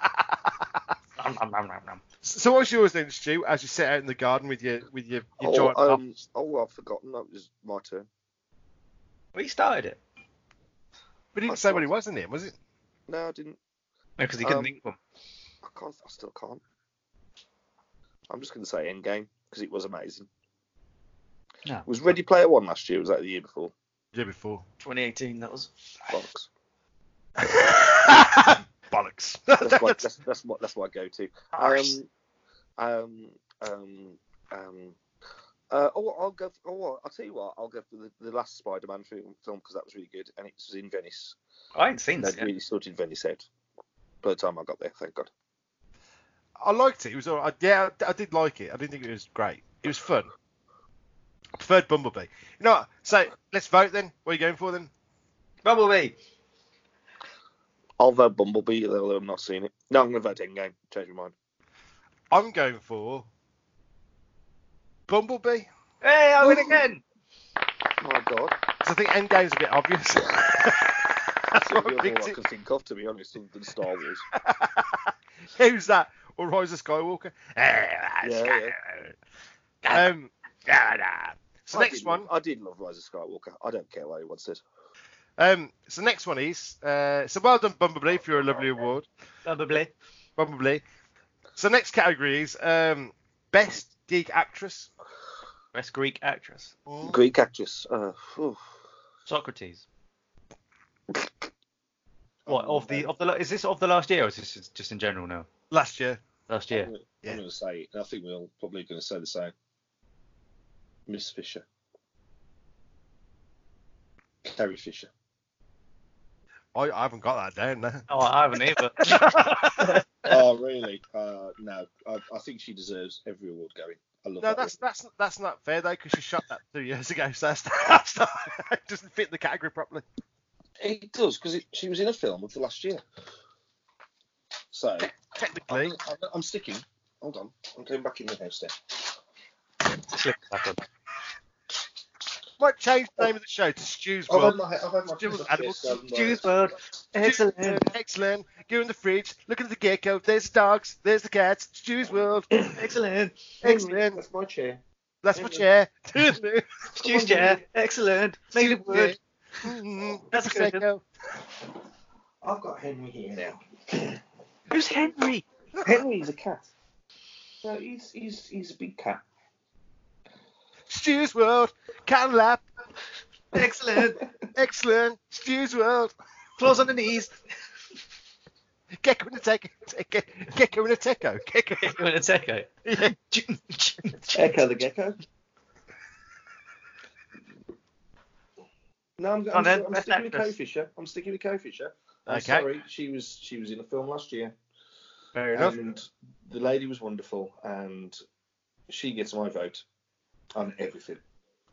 Nom, nom, nom, nom, nom.
so what's yours then, Stu? As you sit out in the garden with your with your, your
Oh,
giant pup?
um, oh, I've forgotten. That was my turn.
Well, he started it.
We didn't say what it was in there, was it?
No, I didn't.
No, because he couldn't
Um,
think of
I can't. I still can't. I'm just going to say Endgame because it was amazing.
No.
Was Ready Player One last year? Was that the year before?
Yeah, before.
2018, that was.
Bollocks.
Bollocks.
That's my that's, that's my that's my go-to.
Arse.
Um, um, um, um. Uh, oh, I'll go. For, oh, I'll tell you what. I'll go for the, the last Spider-Man film because that was really good, and it was in Venice.
I ain't seen that
They'd
yet.
really sorted Venice out by the time I got there. Thank God.
I liked it. It was all right. Yeah, I, I did like it. I didn't think it was great. It was fun. I preferred Bumblebee. You know what? So let's vote then. What are you going for then?
Bumblebee.
Although Bumblebee, although I'm not seeing it. No, I'm going to vote Endgame. Change my mind.
I'm going for Bumblebee.
Hey, I win again.
My God.
'Cause I think Endgame's a bit obvious. That's
That's
what
the
I
other one
picked
I
it.
can think of, to be honest, other than Star Wars.
Who's that? Or Rise of Skywalker? Yeah,
yeah.
Um, yeah, nah. So
I
next
did
one.
love- I did love Rise of Skywalker. I don't care what anyone says.
Um, so next one is. Uh, so well done, Bumblebee, for your lovely award.
Bumblebee.
Probably. So next category is um, best geek actress.
Best Greek actress.
Greek actress. Uh, phew.
Socrates. What of the of the la- is this of the last year or is this just in general now?
Last year.
Last year.
Yeah.
I'm going to say, I think we're all probably going to say the same. Miss Fisher. Carrie Fisher.
I, I haven't got that down. No.
Oh, I haven't either.
oh, really? Uh, no, I, I think she deserves every award going. I love
No,
that.
that's that's that's not fair though, because she shot that two years ago, so that's, that's not, it doesn't fit the category properly.
woman. It does, because she was in a film of the last year. So,
Technically,
I'm, I'm sticking. Hold on. I'm going back in the house there.
Slip back on.
might change the name of the show to Stu's
I've had
World.
my, I've had my
Stu's
Christmas
Animals.
gifts, haven't I?
Stu's World. Excellent.
Stu's- Excellent. Go in the fridge. Look at the gecko. There's the dogs. There's the cats. Stu's World.
Excellent.
Excellent.
That's my chair.
That's my chair.
Stu's chair. Excellent. Made of wood.
Mm,
That's a good one.
Prosecco.
I've got Henry here now.
Who's Henry?
Henry's a cat. No, he's he's he's a big cat.
Stu's World. Cat and lap.
Excellent.
Excellent. Stu's World.
Claws on the knees.
Gecko in a teco. teco- Gecko in a teco. Gecko.
You're in a techo.
Yeah.
Echo the gecko. No, I'm,
Go on
Oh,
I'm,
then,
I'm
best
sticking with Carrie
actress.
Fisher. I'm sticking with Carrie Fisher. I'm
Okay.
sorry, she was she was in a film last year,
Fair enough.
and the lady was wonderful, and she gets my vote on everything.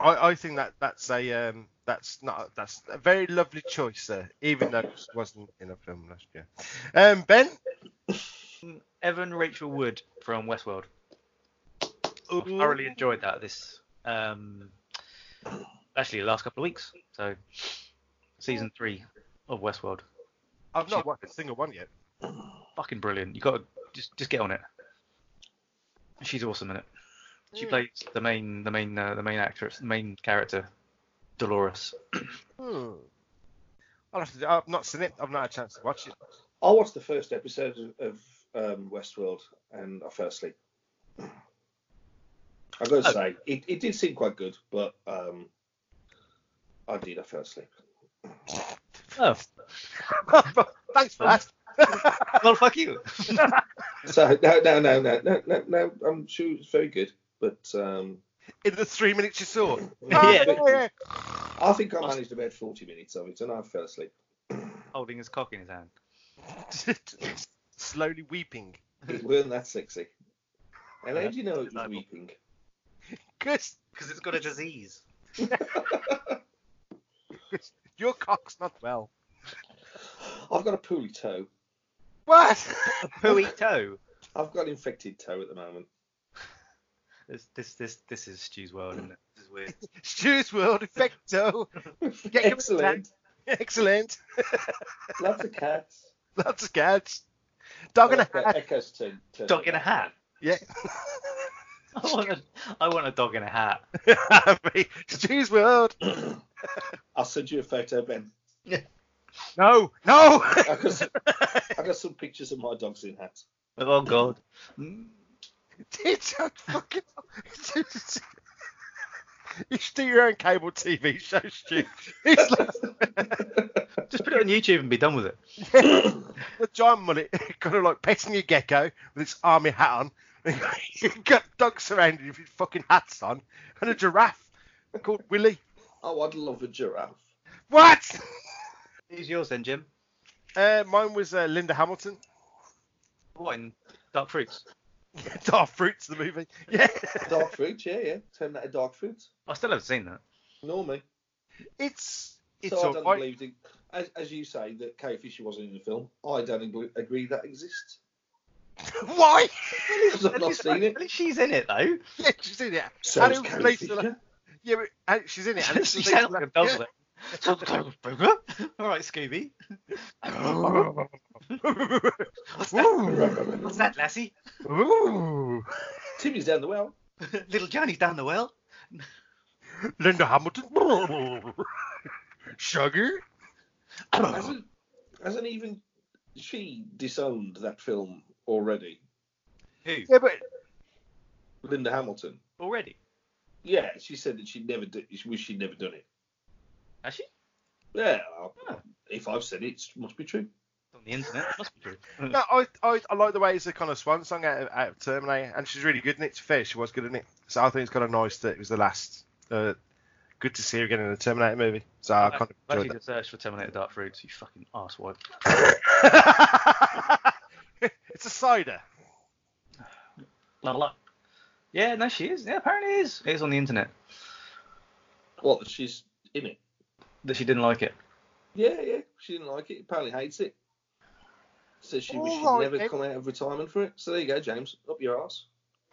I, I think that that's a um, that's not that's a very lovely choice there, even though it wasn't in a film last year. Um, Ben.
Evan Rachel Wood from Westworld. I thoroughly enjoyed that this um actually the last couple of weeks. So season three of Westworld.
I've not watched a single one yet.
Fucking brilliant. You gotta just just get on it. She's awesome in it. She plays the main the main uh, the main actress the main character, Dolores.
Hmm. I'll have to, I've not seen it. I've not had a chance to watch it.
I watched the first episode of, of um, Westworld and I fell asleep. I've got to
Oh.
say, it, it did seem quite good, but um, I did, I fell asleep.
Oh
Thanks for that.
well fuck you.
So, no, no, no, no, no, no, no, I'm sure it was very good, but um,
In the three minutes you saw.
Yeah.
Oh, yeah.
I think I managed about 40 minutes of it and I fell asleep.
Holding his cock in his hand.
Slowly weeping.
It weren't that sexy. And how do you know it was weeping?
Good.
Because it's got a disease.
Your cock's not well.
I've got a pooly toe.
What?
A pooey toe.
I've got an infected toe at the moment.
This this this this is Stu's world, isn't it? This is weird.
Stu's World Effecto. Get your-
Excellent.
Excellent.
Lots of cats.
Lots of cats. Dog and a
Okay,
hat.
Echoes to, to
Dog in a hat.
Yeah.
I want a, I want a dog in a hat.
Stu's World.
I'll send you a photo, Ben.
No, no.
I got some, I got some pictures of my dogs in hats.
Oh God.
It's a fucking. You do your own cable TV show, Stu. It's like
Just put it on YouTube and be done with it.
the giant mullet, kind of like petting your gecko with its army hat on. You've got dogs surrounded with fucking hats on, and a giraffe called Willy.
Oh, I'd love a giraffe.
What?
Who's yours then, Jim?
Uh, mine was uh, Linda Hamilton.
What in Dark Fruits?
Dark Fruits, the movie. Yeah.
Dark fruit, yeah, yeah. Turn that a dark fruit.
I still haven't seen that.
Normally.
It's it's
so I
all
don't
right.
believe that, as, as you say, that Kay Fisher wasn't in the film. I don't agree, agree that exists.
Why?
Because I've
At
not
least,
seen it.
at least she's in it though.
yeah, she's in it.
So
And
is
it was
Carrie
released
Fisher.
like- yeah, but, and she's in it. and it was
she
released
sounds like a
like-
dog.
yeah.
then. All right, Scooby. What's that? What's that, lassie?
Ooh.
Timmy's down the well.
Little Johnny's down the well.
Linda Hamilton. Sugar.
Hasn't, hasn't even she disowned that film already?
Who?
Yeah, but
Linda Hamilton.
Already?
Yeah, she said that she'd never do, she wish she'd never done it.
Has she?
Yeah, I-
Oh.
if I've said it, it must be true.
On the internet? Must be true.
no, I, I I like the way it's a kind of swan song out of, out of Terminator, and she's really good in it. To be fair, she was good in it. So I think it's kind of nice that it was the last. Uh, good to see her again in a Terminator movie. So I kind of
Glad you
enjoyed
just searched for Terminator Dark Fruits, you fucking arsewipe.
that. it's a cider.
La la. Yeah, no, she is. Yeah, apparently it is. It is on the internet.
What? that She's in it.
That she didn't like it.
Yeah, yeah. She didn't like it. Apparently hates it. Says she wished she'd
All right,
never
then.
come out of retirement for it. So there you go, James. Up your arse.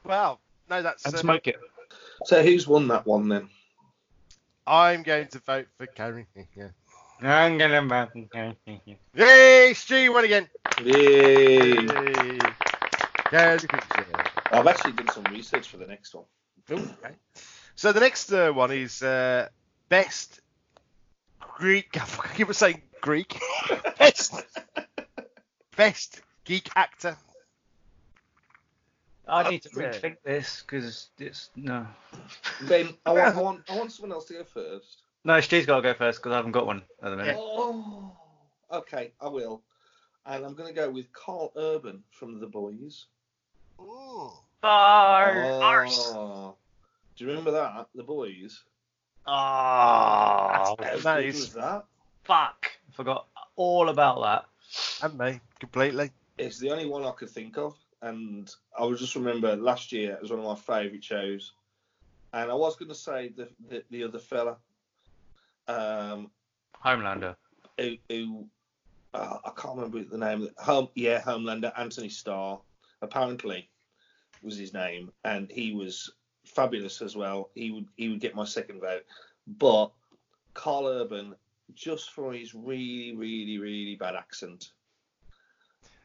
Well, no, that's.
And
uh,
smoke it.
So who's won that one then?
I'm going to vote for Karen. Yeah.
I'm gonna.
Yay, Stu, you won again.
Yay!
Yay. Karen Fisher.
I've actually done some research for the next one.
okay. So the next uh, one is uh, best Greek. I fucking keep on saying Greek. best, best geek actor.
I need to
Yeah.
rethink this because it's no.
Ben, I want, I want, I want someone else to go first.
No, Stu's got to go first because I haven't got one at the minute.
Oh, okay, I will. And I'm going to go with Carl Urban from The Boys.
Arse. Arse.
Oh, do you remember that? The Boys.
Oh,
How
Ah, that
good
is-
was that?
fuck. Forgot all about that.
And me completely.
It's the only one I could think of, and I was just remember last year it was one of my favourite shows, and I was going to say the, the the other fella, um,
Homelander.
who, who uh, I can't remember the name. Home, yeah, Homelander, Anthony Starr, apparently was his name, and he was fabulous as well. He would he would get my second vote, but Carl Urban just for his really really really bad accent.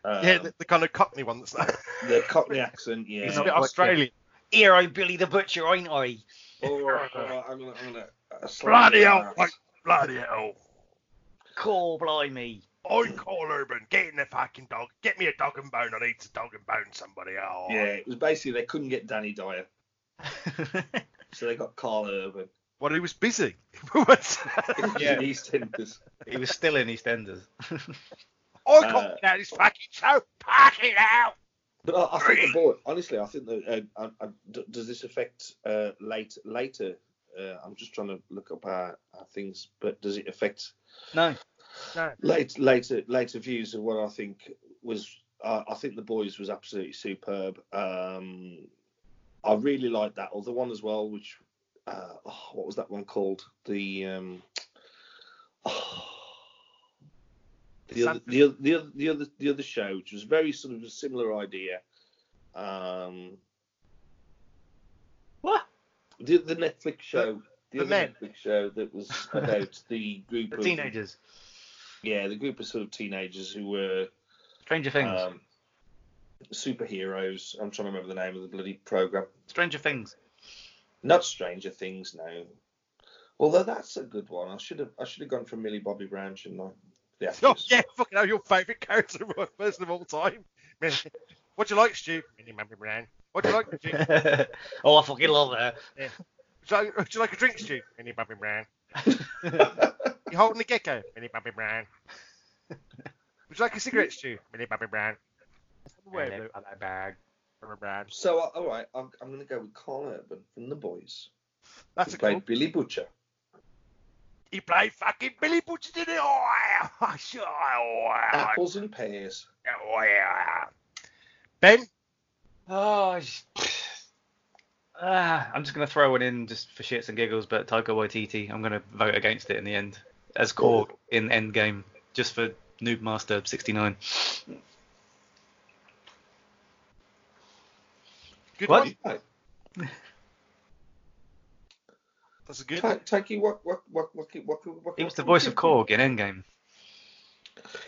Um,
yeah, the, the kind of Cockney one that's there.
the Cockney accent, yeah.
It's a bit
Yeah.
Australian.
Here I'm Billy the Butcher, ain't I?
Oh, All right, all right, I'm gonna, I'm gonna. uh, slap
Bloody
you
hell!
out.
mate, Bloody hell!
Call blimey.
I call Urban. Get in the fucking dog. Get me a dog and bone. I need to dog and bone somebody. Oh.
Yeah, it was basically they couldn't get Danny Dyer, so they got Carl Urban.
Well, he was busy.
Yeah. EastEnders.
he was still in EastEnders.
I can't
Uh,
get out of this fucking show. Fuck it out.
But I, I think the boy, honestly, I think that uh, I, I, d- does this affect uh, late later? Uh, I'm just trying to look up our, our things, but does it affect
no.
late later later views of what I think was? I I think the boys was absolutely superb. Um, I really liked that other one as well, which uh, oh, what was that one called? The um, oh, the, other, the, oth- the, other, the other the other show, which was very sort of a similar idea. Um,
What?
The, the Netflix show. The,
the
other
men.
Netflix show that was about the group
The
of
teenagers.
Yeah, the group of sort of teenagers who were
Stranger Things.
um, superheroes. I'm trying to remember the name of the bloody program.
Stranger Things.
Not Stranger Things now. Although that's a good one. I should have I should have gone for Millie Bobby Brown, shouldn't I? The
Oh,
actress.
yeah, fucking hell, your favourite character, right, person of all time. what do you like, Stu? Minnie Mammy Brown. What do you like? Stu? Would
oh, I fucking love that.
you like, would you like a drink, Stu? Minnie Mammy Brown. you holding a gecko? Minnie Mammy Brown. Would you like a cigarette, Stu? Minnie Mammy Brown. Away, Blue. Mammy Brown.
So I- all right, I'm, I'm going to go with Carl Urban from The Boys.
That's
who
a
played
cool.
Billy Butcher.
He played fucking Billy Butcher, did he? Oh, yeah. Sure, oh, yeah.
Apples and pears.
Oh, yeah. Ben?
Oh, sh- ah, I'm just gonna throw one in just for shits and giggles, but Taika Waititi, I'm gonna vote against it in the end as Korg in Endgame, just for Noob Master 69.
Good
What?
one.
Right.
That's a good one.
Ta- Taki, what, what, what, what, what, what, what
He was the voice of Korg in Endgame.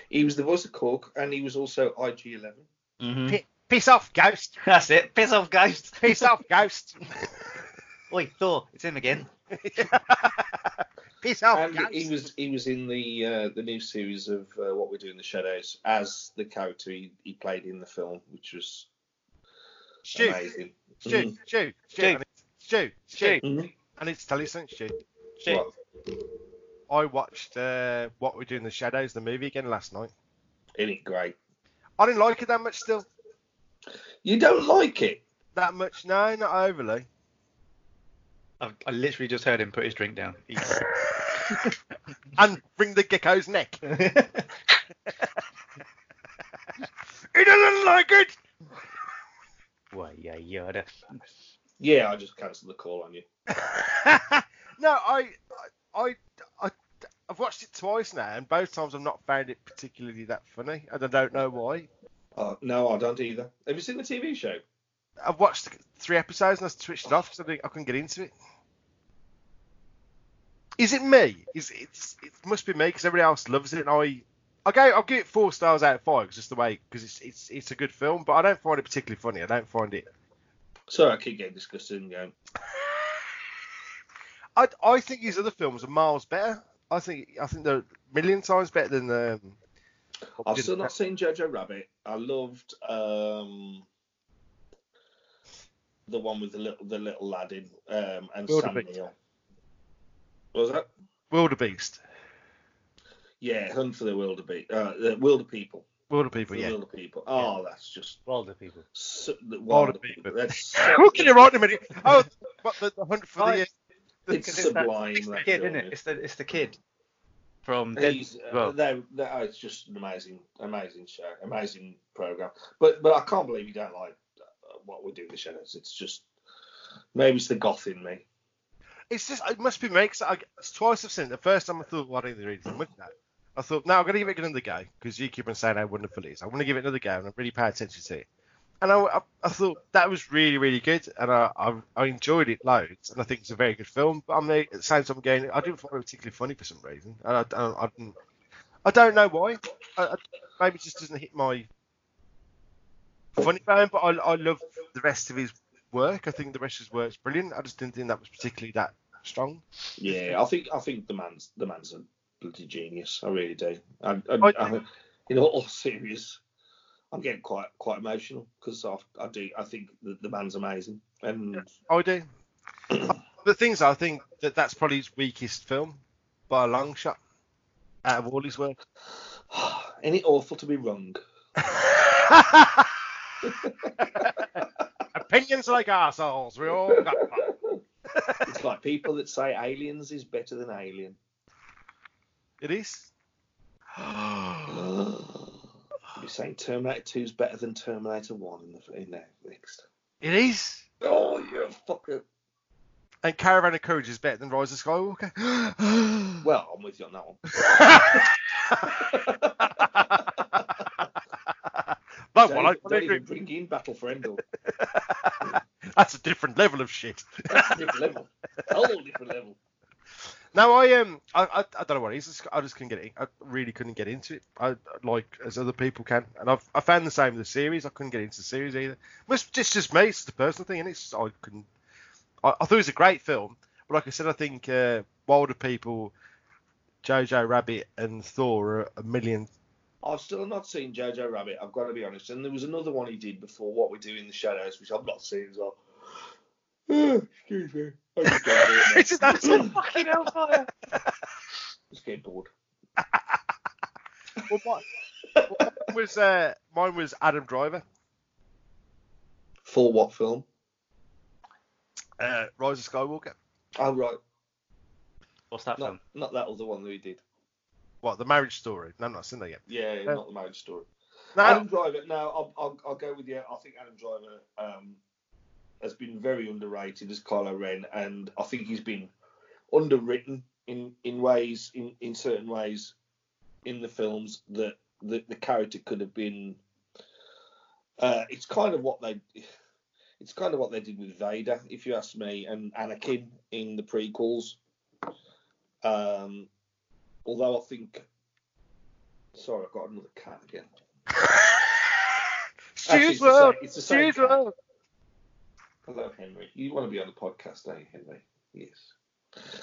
He was the voice of Cork, and he was also IG11.
Mm-hmm.
Pi- Piss off, ghost.
That's it. Piss off, ghost.
Piss off, ghost.
Oi, Thor, it's him again.
Piss off,
and
ghost.
he was he was in the uh, the new series of uh, What We Do in the Shadows as the character he, he played in the film, which was
Stu,
amazing.
Stu,
Mm.
Stu, Stu,
Stu.
I need- Stu, Stu.
Stu.
Mhm.
I need to tell you something, Stu.
What?
I watched uh, What We Do in the Shadows, the movie again last night.
Isn't it great?
I didn't like it that much still.
You don't like it?
That much? No, not overly.
i I literally just heard him put his drink down. He's-
And bring the gecko's neck. he doesn't like it.
Why, yeah, yeah.
Yeah, I just cancelled the call on you.
no, I, I, I, I, I've watched it twice now, and both times I've not found it particularly that funny, and I don't know why.
Oh, no, I don't either. Have you seen the TV show?
I've watched three episodes and I switched it off because I, didn't- I couldn't get into it. Is it me? Is it's it must be me because everybody else loves it and I I go I'll give it four stars out of five 'cause just the way because it's it's it's a good film but I don't find it particularly funny. I don't find it.
Sorry, I keep getting disgusted and going.
I I think these other films are miles better. I think I think they're a million times better than um, the.
I've still not seen Jojo Rabbit. I loved um, the one with the little the little lad in um, and Sam
Wildebeest.
Neill. What was that?
Wildebeest.
Yeah, Hunt for the Wildebeest. Uh, the Wilder People.
Wildepeople,
the
yeah.
Wilder People. Oh, that's just
Wilder people.
so, the
Wilder
Wilder People.
People.
That's
We'll
so,
get it right in a minute. Oh, what the, the hunt for the. uh,
it's
Because it's that-
sublime.
It's the
that
kid, isn't
film
it? It's the it's the kid from Dead.
He's, uh,
well.
they're, they're- oh, it's just an amazing, amazing show, amazing program. But but I can't believe you don't like uh, what we do in the shadows. It's just maybe it's the goth in me.
It's just it must be me 'cause I it's twice I've seen it. The first time I thought, well, I don't need to read it. Wouldn't I? I thought, no, I'm gonna give it another go because you keep on saying how wonderful it is. I want to give it another go and I really pay attention to it. And I, I, I thought that was really, really good, and I, I, I enjoyed it loads, and I think it's a very good film. But I'm at the same time again, I didn't find it particularly funny for some reason. And I, don't- I, didn't, I don't know why. I, I, maybe it just doesn't hit my funny bone, but I, I love the rest of his work. I think the rest of his work's brilliant. I just didn't think that was particularly that strong.
Yeah, I think I think the man's the man's a bloody genius. I really do. I, I,
I
I, in all serious, I'm getting quite quite emotional because I, I do I think the, the man's amazing. And
I do. the things I think that that's probably his weakest film by a long shot out of all his work.
ain't it awful to be wrong?
Opinions like arseholes, we all got one.
It's like people that say aliens is better than alien.
It is.
You're saying Terminator 2 is better than Terminator 1 in the in there next.
It is.
Oh, you fucker.
And Caravan of Courage is better than Rise of Skywalker.
Well, I'm with you on that one.
Both I
Dave,
want. Oh, I, I
Dave,
agree.
bring in Battle for Endor.
That's a different level of shit.
That's a different level. A whole different level.
No, I um, I, I, I don't know what it is. I just couldn't get it. I really couldn't get into it. I like as other people can, and I've I found the same with the series. I couldn't get into the series either. Must it's just me. It's the personal thing, and it's I couldn't. I, I thought it was a great film, but like I said, I think uh, Wilder People, Jojo Rabbit, and Thor are a million.
I've still not seen Jojo Rabbit. I've got to be honest. And there was another one he did before What We Do in the Shadows, which I've not seen as well. Excuse me. I just got bored now.
it's just that's all.
Fucking hellfire.
Just get bored.
Well, mine, well, mine was uh, mine was Adam Driver,
For what film?
uh, Rise of Skywalker.
Oh right,
What's that
not,
film?
not that other one that he did.
What the marriage story? No, I'm not seen that yet.
Yeah,
Yeah.
not the marriage story.
No,
Adam Driver. No, I'll, I'll, I'll go with you. I think Adam Driver um, has been very underrated as Kylo Ren, and I think he's been underwritten in in ways, in, in certain ways, in the films that the, the character could have been. Uh, it's kind of what they. It's kind of what they did with Vader, if you ask me, and Anakin in the prequels. Um, although I think, sorry, I've got another cat again. Actually,
Stu's
it's the same-
World.
it's the same
Stu's
cat.
World.
Hello, Henry. You want to be on the podcast, don't you, Henry? Yes.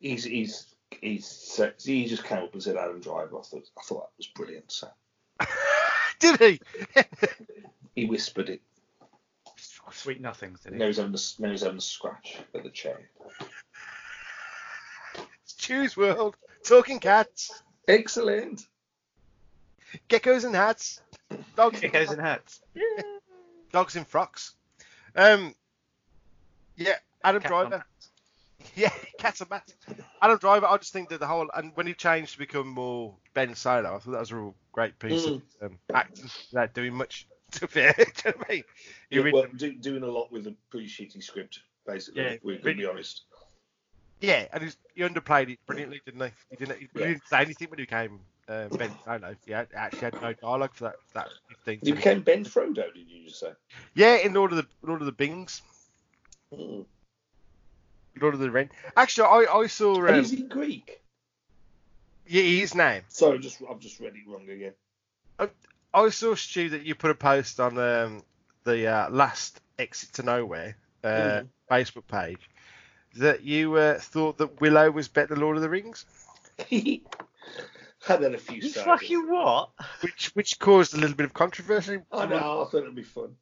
He's he's he's so- he just came up and said Adam Driver. I thought I thought that was brilliant. So
Did he?
he whispered it.
Sweet nothings. Did he?
Now he's having a, now he's having a scratch at the chair.
Choose World. Talking cats.
Excellent.
Geckos in hats. Dogs,
It goes in hats.
dogs in frocks. Um, yeah, Adam
Cat
Driver.
on hats.
Yeah, cats and bats. Adam Driver, I just think that the whole. And when he changed to become more Ben Solo, I thought that was a real great piece of
Mm.
um, acting without doing much. To be, do you know what I mean? He
Yeah,
really-
well, do, doing a lot with a pretty shitty script, basically.
Yeah,
if we're going
really-
to be honest.
Yeah, and he's, he underplayed it brilliantly, didn't he? He didn't, he
Yeah.
didn't say anything when he became uh, Ben Solo. He had, actually had no dialogue for that, that 15
You
seconds.
became Ben Frodo, did you just say?
Yeah, in Lord of the Lord of the Bings, Hmm.
Mm.
Lord of the Ring. Actually, I, I saw. Um,
And is he Greek?
Yeah, his name.
Sorry, I've just I've just read it wrong again.
I saw Stu that you put a post on um, the uh, last exit to nowhere uh,
Mhm.
Facebook page that you uh, thought that Willow was better than Lord of the Rings,
Had had a few.
You
sours.
fucking what?
which which caused a little bit of controversy.
I know. I thought it'd be fun.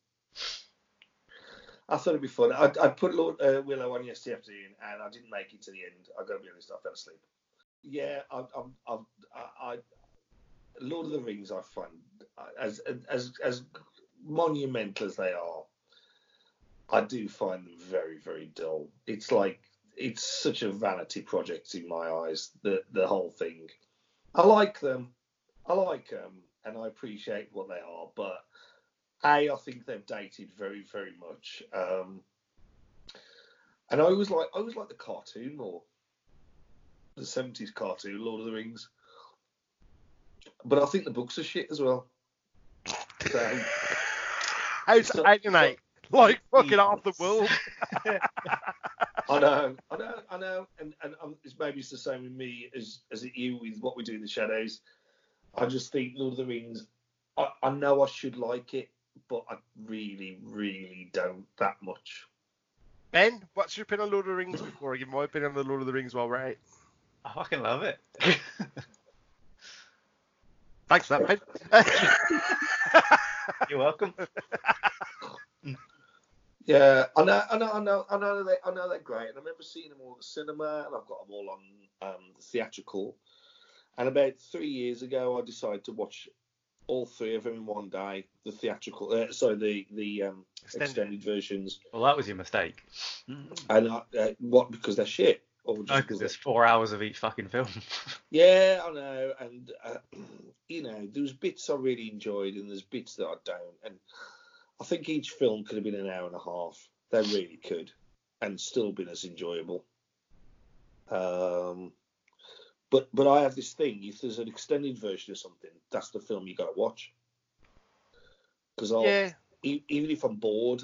I thought it'd be fun. I, I put Lord, uh, Willow on yesterday afternoon, and I didn't make it to the end. I gotta be honest, I fell asleep. Yeah, I've, I've, I've, I, I, Lord of the Rings, I find uh, as as as monumental as they are, I do find them very very dull. It's like it's such a vanity project in my eyes. The the whole thing. I like them. I like them, and I appreciate what they are, but a, I think they've dated very, very much. Um, and I always like I always like the cartoon more. The seventies cartoon, Lord of the Rings. But I think the books are shit as well. So,
How's
So-
alienate like fucking half the world?
I know, I know, I know, and and um, it's maybe it's the same with me as as it you with what we do in the shadows. I just think Lord of the Rings. I, I know I should like it, but I really, really don't that much.
Ben, what's your opinion on Lord of the Rings before I give my opinion on the Lord of the Rings while we're at it?
I fucking love it.
Thanks for that, Ben.
You're welcome.
Yeah, I know, I know, I know, I know they, I know they're great, and I remember seeing them all at the cinema, and I've got them all on um, the theatrical. And about three years ago, I decided to watch all three of them in one day. The theatrical, uh, sorry, the the um,
Extended.
extended. versions,
Well, that was your mistake.
and I, uh, what because they're shit, or just
No, because
because
there's four hours of each fucking film.
Yeah, I know, and uh, you know, there was bits I really enjoyed, and there's bits that I don't, and I think each film could have been an hour and a half. They really could, and still been as enjoyable. Um, but but I have this thing: if there's an extended version of something, that's the film you got to watch. Because I'll
Yeah.
e- even if I'm bored,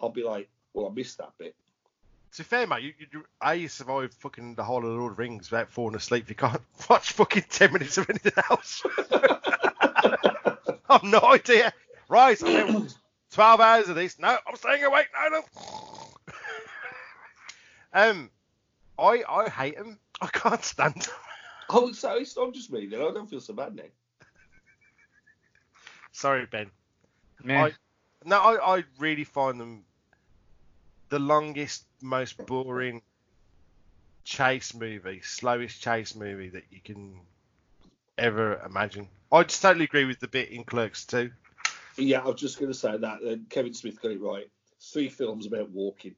I'll be like, well, I missed that bit.
To be fair, mate, you, you, you- I survived fucking the whole of the Lord of the Rings without falling asleep. You can't watch fucking 10 minutes of anything else. I've no idea. Right, I don't want 12 hours of this. No, I'm staying awake. No, no. um, I, I hate them. I can't stand 'em.
Oh, so it's not just me. Then I don't feel so bad now.
Sorry, Ben.
Meh.
I- No, I, I really find them the longest, most boring chase movie, slowest chase movie that you can ever imagine. I just totally agree with the bit in Clerks too.
Yeah, I was just going to say that. Uh, Kevin Smith got it right. Three films about walking.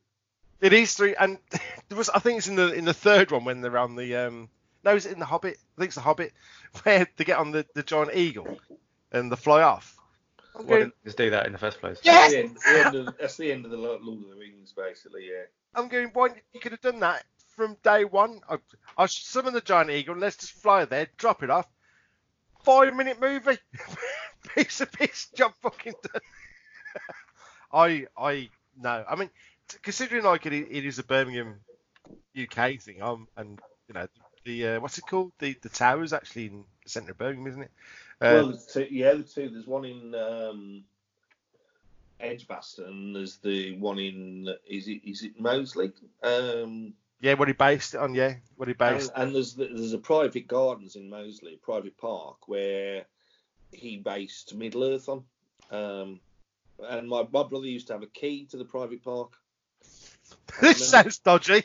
It is three, and there was I think it's in the in the third one when they're on the um no, is it in the Hobbit? I think it's the Hobbit where they get on the the giant eagle and they fly off. I'm
Why
going,
didn't they just do that in the first place?
That's the end, the end of, that's the end of the Lord of the Rings, basically. Yeah.
I'm going. Why you could have done that from day one? I, I should summon the giant eagle. and Let's just fly there, drop it off. Five minute movie. piece of piece job fucking done. I I no. I mean, t- considering like it, i- it is a Birmingham, UK thing. Um, and you know the uh, what's it called? The the tower is actually in the centre of Birmingham, isn't it?
well,
Um,
there's two, yeah, there's two. There's one in um, Edgbaston, and there's the one in is it is it Mosley? Um,
yeah, what he based it on. Yeah, what he
and,
based.
and there's the, there's a private gardens in Mosley, a private park where he based Middle Earth on. Um, and my, my brother used to have a key to the private park.
this sounds dodgy.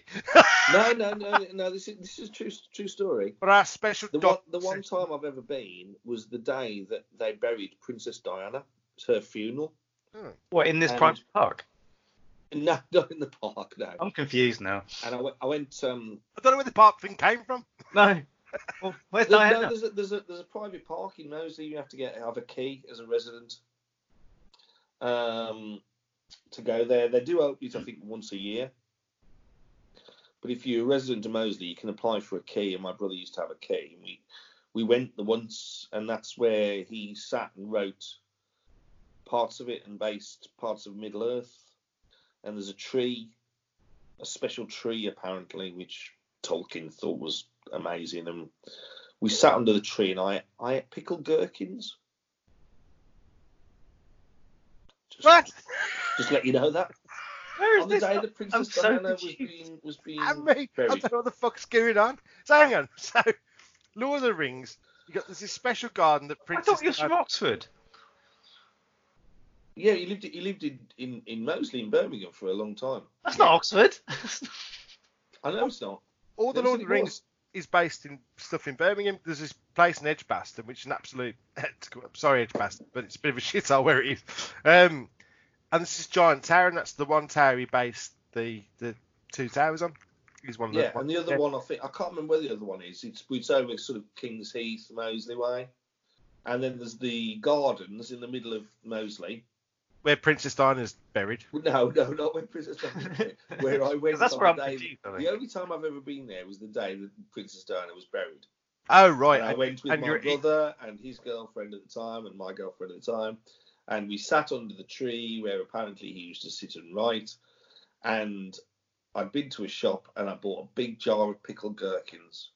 No, no, no, no. This is this is a true true story.
But our special
The one,
doc-
the one time I've ever been was the day that they buried Princess Diana. It's her funeral.
What in this
And-
private park?
No, not in the park, no.
I'm confused now.
And I went, I went um,
I don't know where the park thing came from.
No. Well, where's
there-
Diana?
no, there's, a, there's, a, there's a private park in Moseley. You have to get have a key as a resident um, to go there. They do open it, I think, once a year. But if you're a resident of Moseley, you can apply for a key. And my brother used to have a key. And we we went the once, and that's where he sat and wrote parts of it and based parts of Middle Earth. And there's a tree, a special tree apparently, which Tolkien thought was amazing and we sat under the tree and I, I ate pickled gherkins. Just,
What?
Just let you know that.
Where is
On the
this?
day that Princess
so
Diana was
confused.
being, was being
and me. I
buried.
don't know what the fuck's going on. So hang on. So Lord of the Rings, you got there's this special garden that
I
Princess.
thought you was from Oxford.
Yeah, he lived, he lived in, in, in Moseley in Birmingham for a long time.
That's not Oxford.
I know it's not.
all the
Yes,
Lord
it
of the Rings
was.
is based in stuff in Birmingham. There's this place in Edgbaston, which is an absolute sorry Edgbaston, but it's a bit of a shithole where it is. Um, and this is giant tower, and that's the one tower he based the the two towers on. Is one of
Yeah,
the,
and the other
yeah.
one, I think, I can't remember where the other one is. It's, it's over sort of King's Heath, Moseley Way. And then there's the gardens in the middle of Moseley.
where Princess Diana's buried.
No, no, not when Princess Diana was buried. Where I went.
That's
on
where I'm
the day-
confused, I think.
The only time I've ever been there was the day that Princess Diana was buried.
Oh right,
and I went with
and
my
you're-
brother and his girlfriend at the time and my girlfriend at the time, and we sat under the tree where apparently he used to sit and write. And I'd been to a shop and I bought a big jar of pickled gherkins.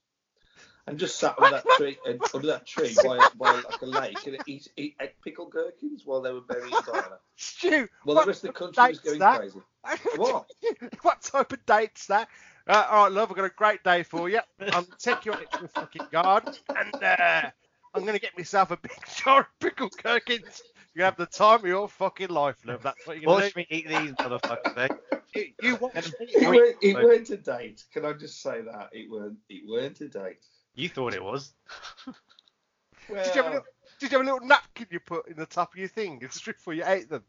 And just sat under that tree, and under that tree by, a- by like a lake, and eat, eat, eat pickled gherkins while they were burying Diana.
Stu,
Well,
what
the rest of the country was
date's
going
that?
crazy. What?
what type of date's that? Uh, all right, love, I've got a great day for you. I'll take you out to the fucking garden and uh, I'm going to get myself a big jar of pickled gherkins. You have the time of your fucking life, love. That's what you're going to
Watch me eat these motherfuckers. eh?
do. You- You watch
It,
me.
weren't, it weren't a date. Can I just say that it weren't? It weren't a date.
You thought it was.
Well,
Did you, have a little, did you have a little napkin you put in the top of your thing just before you ate them?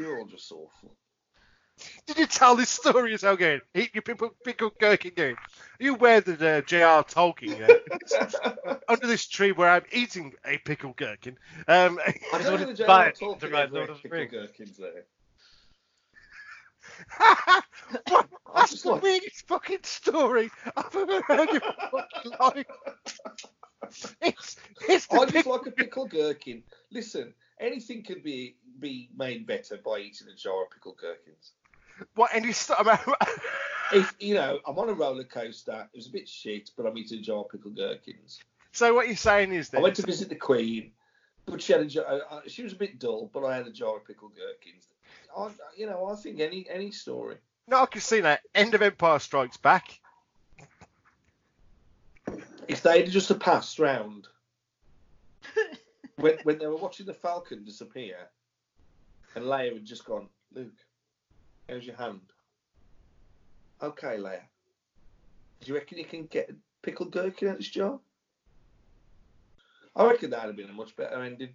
you're all just awful.
Did you tell this story as well going? Eat your pickled, pickled gherkin going. You wear the uh, J.R. Tolkien you know, under this tree where I'm eating a pickled gherkin. Um,
I don't
what
know the
it's
general
about,
talking
the right
over
Lord
it,
of the
pickled
Rings.
gherkins there.
What?
I'm
That's
just
the
like-
weirdest fucking story I've ever heard in my fucking life. It's, it's the
I just
pic-
like a pickled gherkin. Listen, anything could be be made better by eating a jar of pickled gherkins.
what any stuff.
If you know, I'm on a roller coaster. It was a bit shit, but I'm eating a jar of pickled gherkins.
so what you're saying is
I
that
went to visit the Queen, but she had a jar. Uh, she was a bit dull, but I had a jar of pickled gherkins. I, you know, I think any any story.
no, I can see that end of Empire Strikes Back.
If they had just a passed round when when they were watching the Falcon disappear, and Leia had just gone, Luke, how's your hand? Okay, Leia. Do you reckon you can get a pickled gherkin out of this jar? I reckon that'd have been a much better ending.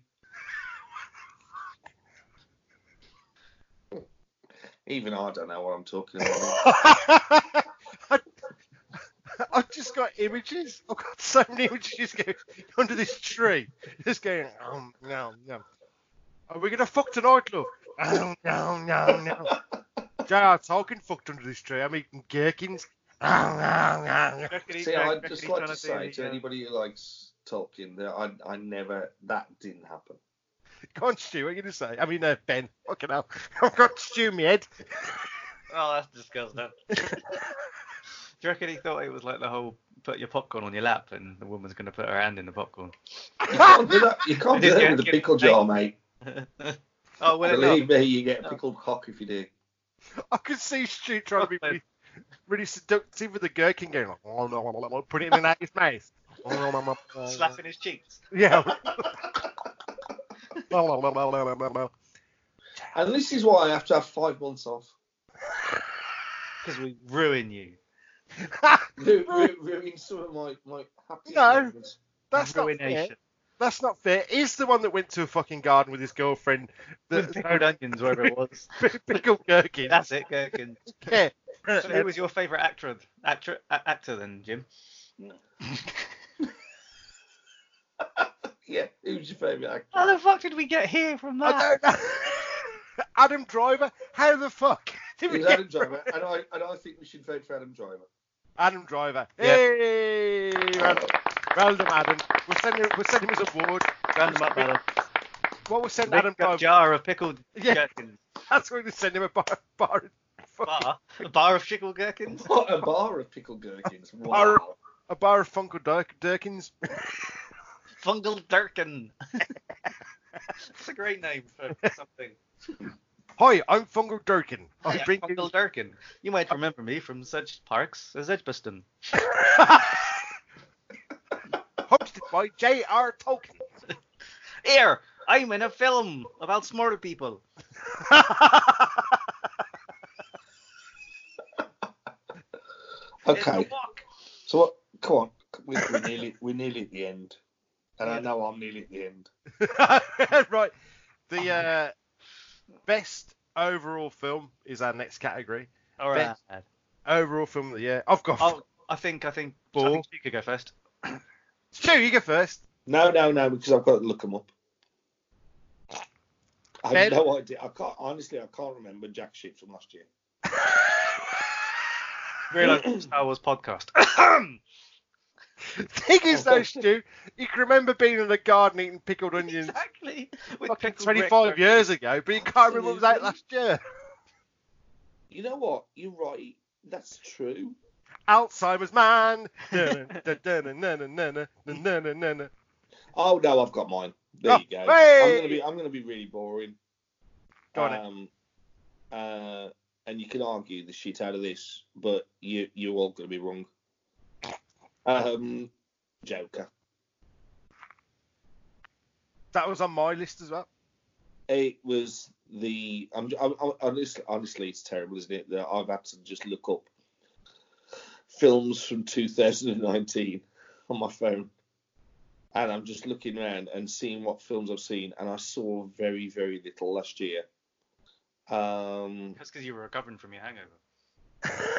Even I don't know what I'm talking about.
I, I've just got images. I've got so many images just going under this tree. Just going, um, no, no. Are we gonna fuck tonight, love? Um, no, no, no. JR Tolkien fucked under this tree. I'm eating gherkins. Um, no, no, no.
See, I'd just like to say to anybody who likes Tolkien that I, I never that didn't happen.
Go on, Stu. What are you gonna say? I mean, uh, Ben. Fucking hell. I've got Stu in my head.
Oh, that's disgusting. Do you reckon he thought it was like the whole put your popcorn on your lap and the woman's going to put her hand in the popcorn?
You can't do that. You can't do
Just
that with a
get-
pickle jar, mate.
oh, well,
Believe me, you get a
No.
pickled cock if you do.
I could see Stu trying to be really, really seductive with the gherkin going, like, oh, no, no, no, no, put it in his mouth. Oh, no, no, no, no, no.
slapping his cheeks.
Yeah. No, no, no, no, no, no, no.
And this is why I have to have five months off.
Because we ruin you.
Ru- ru- Ruin some of my my happy
No.
moments.
That's not fair.
Ruination.
That's not fair. Is the one that went to a fucking garden with his girlfriend
With pickled
that
onions, wherever it was.
pickled gherkin.
That's it, Gherkin.
yeah.
So who was your favourite actor, actor, a- actor then, Jim?
Yeah, who's your favourite actor?
How the fuck did we get here from
I don't know. Adam Driver. How the fuck? Did we
It's
get
Adam Driver, and I and I think we should vote for Adam Driver.
Adam Driver.
Yeah.
Hey, well, well done, Adam. We'll send him. We'll send him his award.
Round them up, Adam.
What we'll send Adam
Adam got a
Driver.
jar of pickled
Yeah.
gherkins.
That's going to send him a bar. bar fucking-
Bar. A bar of pickled gherkins.
What a bar of pickled gherkins!
Bar-
Wow.
a bar of Funko Dirk, Dirkins.
Fungal Durkin. That's a great name for something.
Hi, I'm Fungal Durkin. I'm
Yeah,
drinking.
Fungal Durkin. Oh, You Oh. might remember me from such parks as Edgbaston.
Hosted by J.R. Tolkien.
Here, I'm in a film about smart people. It's a
Okay,
walk.
so what? Come on, we, we're nearly we're nearly at the end, and I know I'm nearly at the end.
right. The uh, best overall film is our next category.
All right.
Overall film of the year. I've got.
Oh, I think I think I
Ball.
think you could go first.
Stu, you go first.
No, no, no, because I've got to look them up. I have
Ben?
no idea. I can't honestly. I can't remember jack shit from last year.
Realise it's a Star Wars podcast.
Thing is, though, Stu, you can remember being in the garden eating pickled onions
exactly. With
fucking
pickled
25
Rick.
years ago, but you can't remember what was out
Absolutely.
last year.
You know what? You're right. That's true.
Alzheimer's man. Da-na-da-da-na-na-na-na-na-na-na.
Oh no, I've got mine. There
Oh,
you go.
hey!
I'm gonna be. I'm gonna be really boring.
Go on,
Um, uh, and you can argue the shit out of this, but you you're all gonna be wrong. Um, Joker.
that was on my list as well.
It was the. I'm, I'm, I'm honestly, honestly, it's terrible, isn't it? That I've had to just look up films from 2019 on my phone, and I'm just looking around and seeing what films I've seen, and I saw very, very little last year. Um,
That's because you were recovering from your hangover.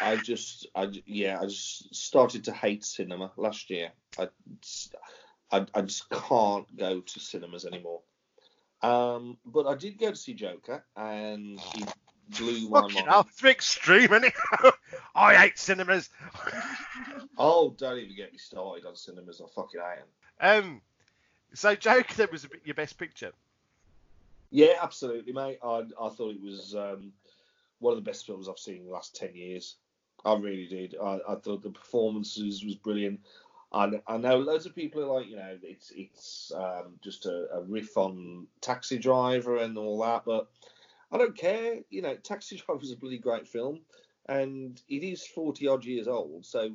I just, I j- yeah, I just started to hate cinema last year. I, s- I, I just can't go to cinemas anymore. Um, but I did go to see Joker, and he blew my
Fucking
mind.
hell, it's a bit extreme, isn't it? I hate cinemas.
Oh, don't even get me started on cinemas. I fucking hate 'em.
Um, so Joker then was a bit your best picture.
Yeah, absolutely, mate. I, I thought it was um, one of the best films I've seen in the last 10 years. I really did. I, I thought the performances was brilliant. And I know loads of people are like, you know, it's it's um, just a, a riff on Taxi Driver and all that, but I don't care. You know, Taxi Driver is a bloody great film, and it is 40 odd years old, so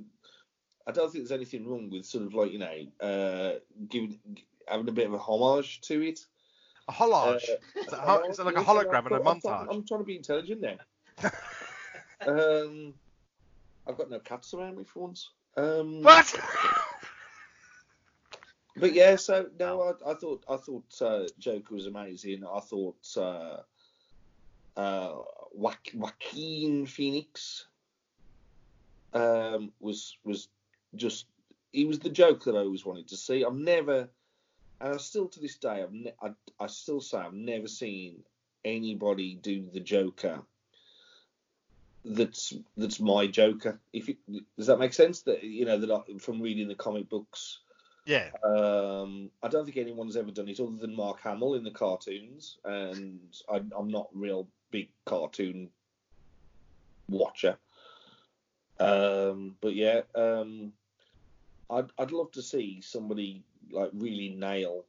I don't think there's anything wrong with sort of like, you know, uh, giving having a bit of a homage to it.
A holage. Is it a ho- is it like a hologram and a
I'm try-
montage?
I'm trying to be intelligent there. um, I've got no cats around me for once. Um,
What?
but yeah, so no, I, I thought I thought uh, Joker was amazing. I thought uh, uh, jo- Joaquin Phoenix um, was was just he was the Joker that I always wanted to see. I've never, and I still to this day, I've ne- I, I still say I've never seen anybody do the Joker. That's that's my Joker. If it, does that make sense? That you know that I, from reading the comic books.
yeah.
Um, I don't think anyone's ever done it other than Mark Hamill in the cartoons, and I, I'm not a real big cartoon watcher. Um, but yeah, um, I'd I'd love to see somebody like really nail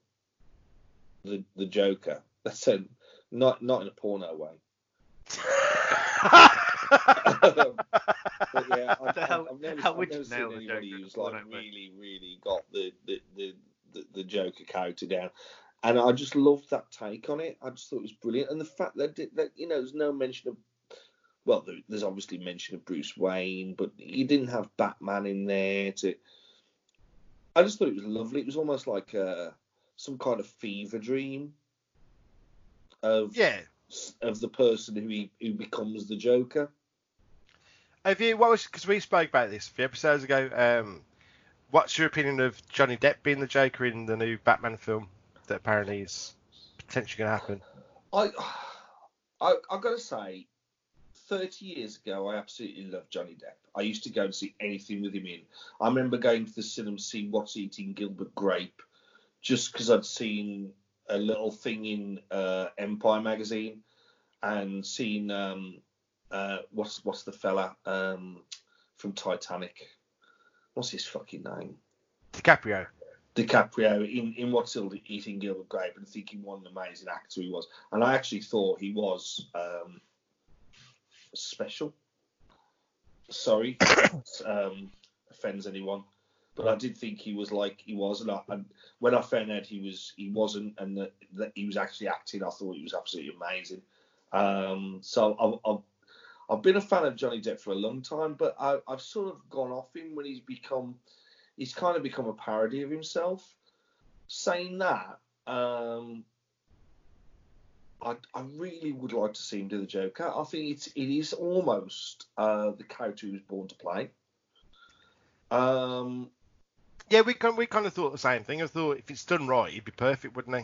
the the Joker. That's a not not in a porno way. um, But yeah, I, I,
How-
I've never,
how
I've
would
never
you
seen
nail the
anybody
Joker
who's
in a
like
porno way?
really, really got the the, the, the the Joker character down. And I just loved that take on it. I just thought it was brilliant. And the fact that, it- that you know, there's no mention of well, there, there's obviously mention of Bruce Wayne, but you didn't have Batman in there. To I just thought it was lovely. It was almost like a, some kind of fever dream of
Yeah.
of the person who he, who becomes the Joker.
Have you? What was? Because we spoke about this a few episodes ago. Um, what's your opinion of Johnny Depp being the Joker in the new Batman film that apparently is potentially going to happen?
I, I, I've got to say, 30 years ago, I absolutely loved Johnny Depp. I used to go and see anything with him in. I remember going to the cinema to see What's Eating Gilbert Grape just because I'd seen a little thing in uh, Empire magazine and seen um, uh, what's what's the fella um, from Titanic? What's his fucking name?
DiCaprio.
DiCaprio in, in What's Still Eating Gilbert Grape and thinking what an amazing actor he was. And I actually thought he was um, special. Sorry, if that, um, offends anyone, but I did think he was like he was, and, I, and when I found out he was he wasn't, and that, that he was actually acting, I thought he was absolutely amazing. Um, so I've, I've I've been a fan of Johnny Depp for a long time, but I, I've sort of gone off him when he's become he's kind of become a parody of himself. Saying that, um, I, I really would like to see him do the Joker. I think it's it is almost uh, the character he was born to play. Um,
Yeah, we kind we kind of thought the same thing. I thought if it's done right, he'd be perfect, wouldn't he?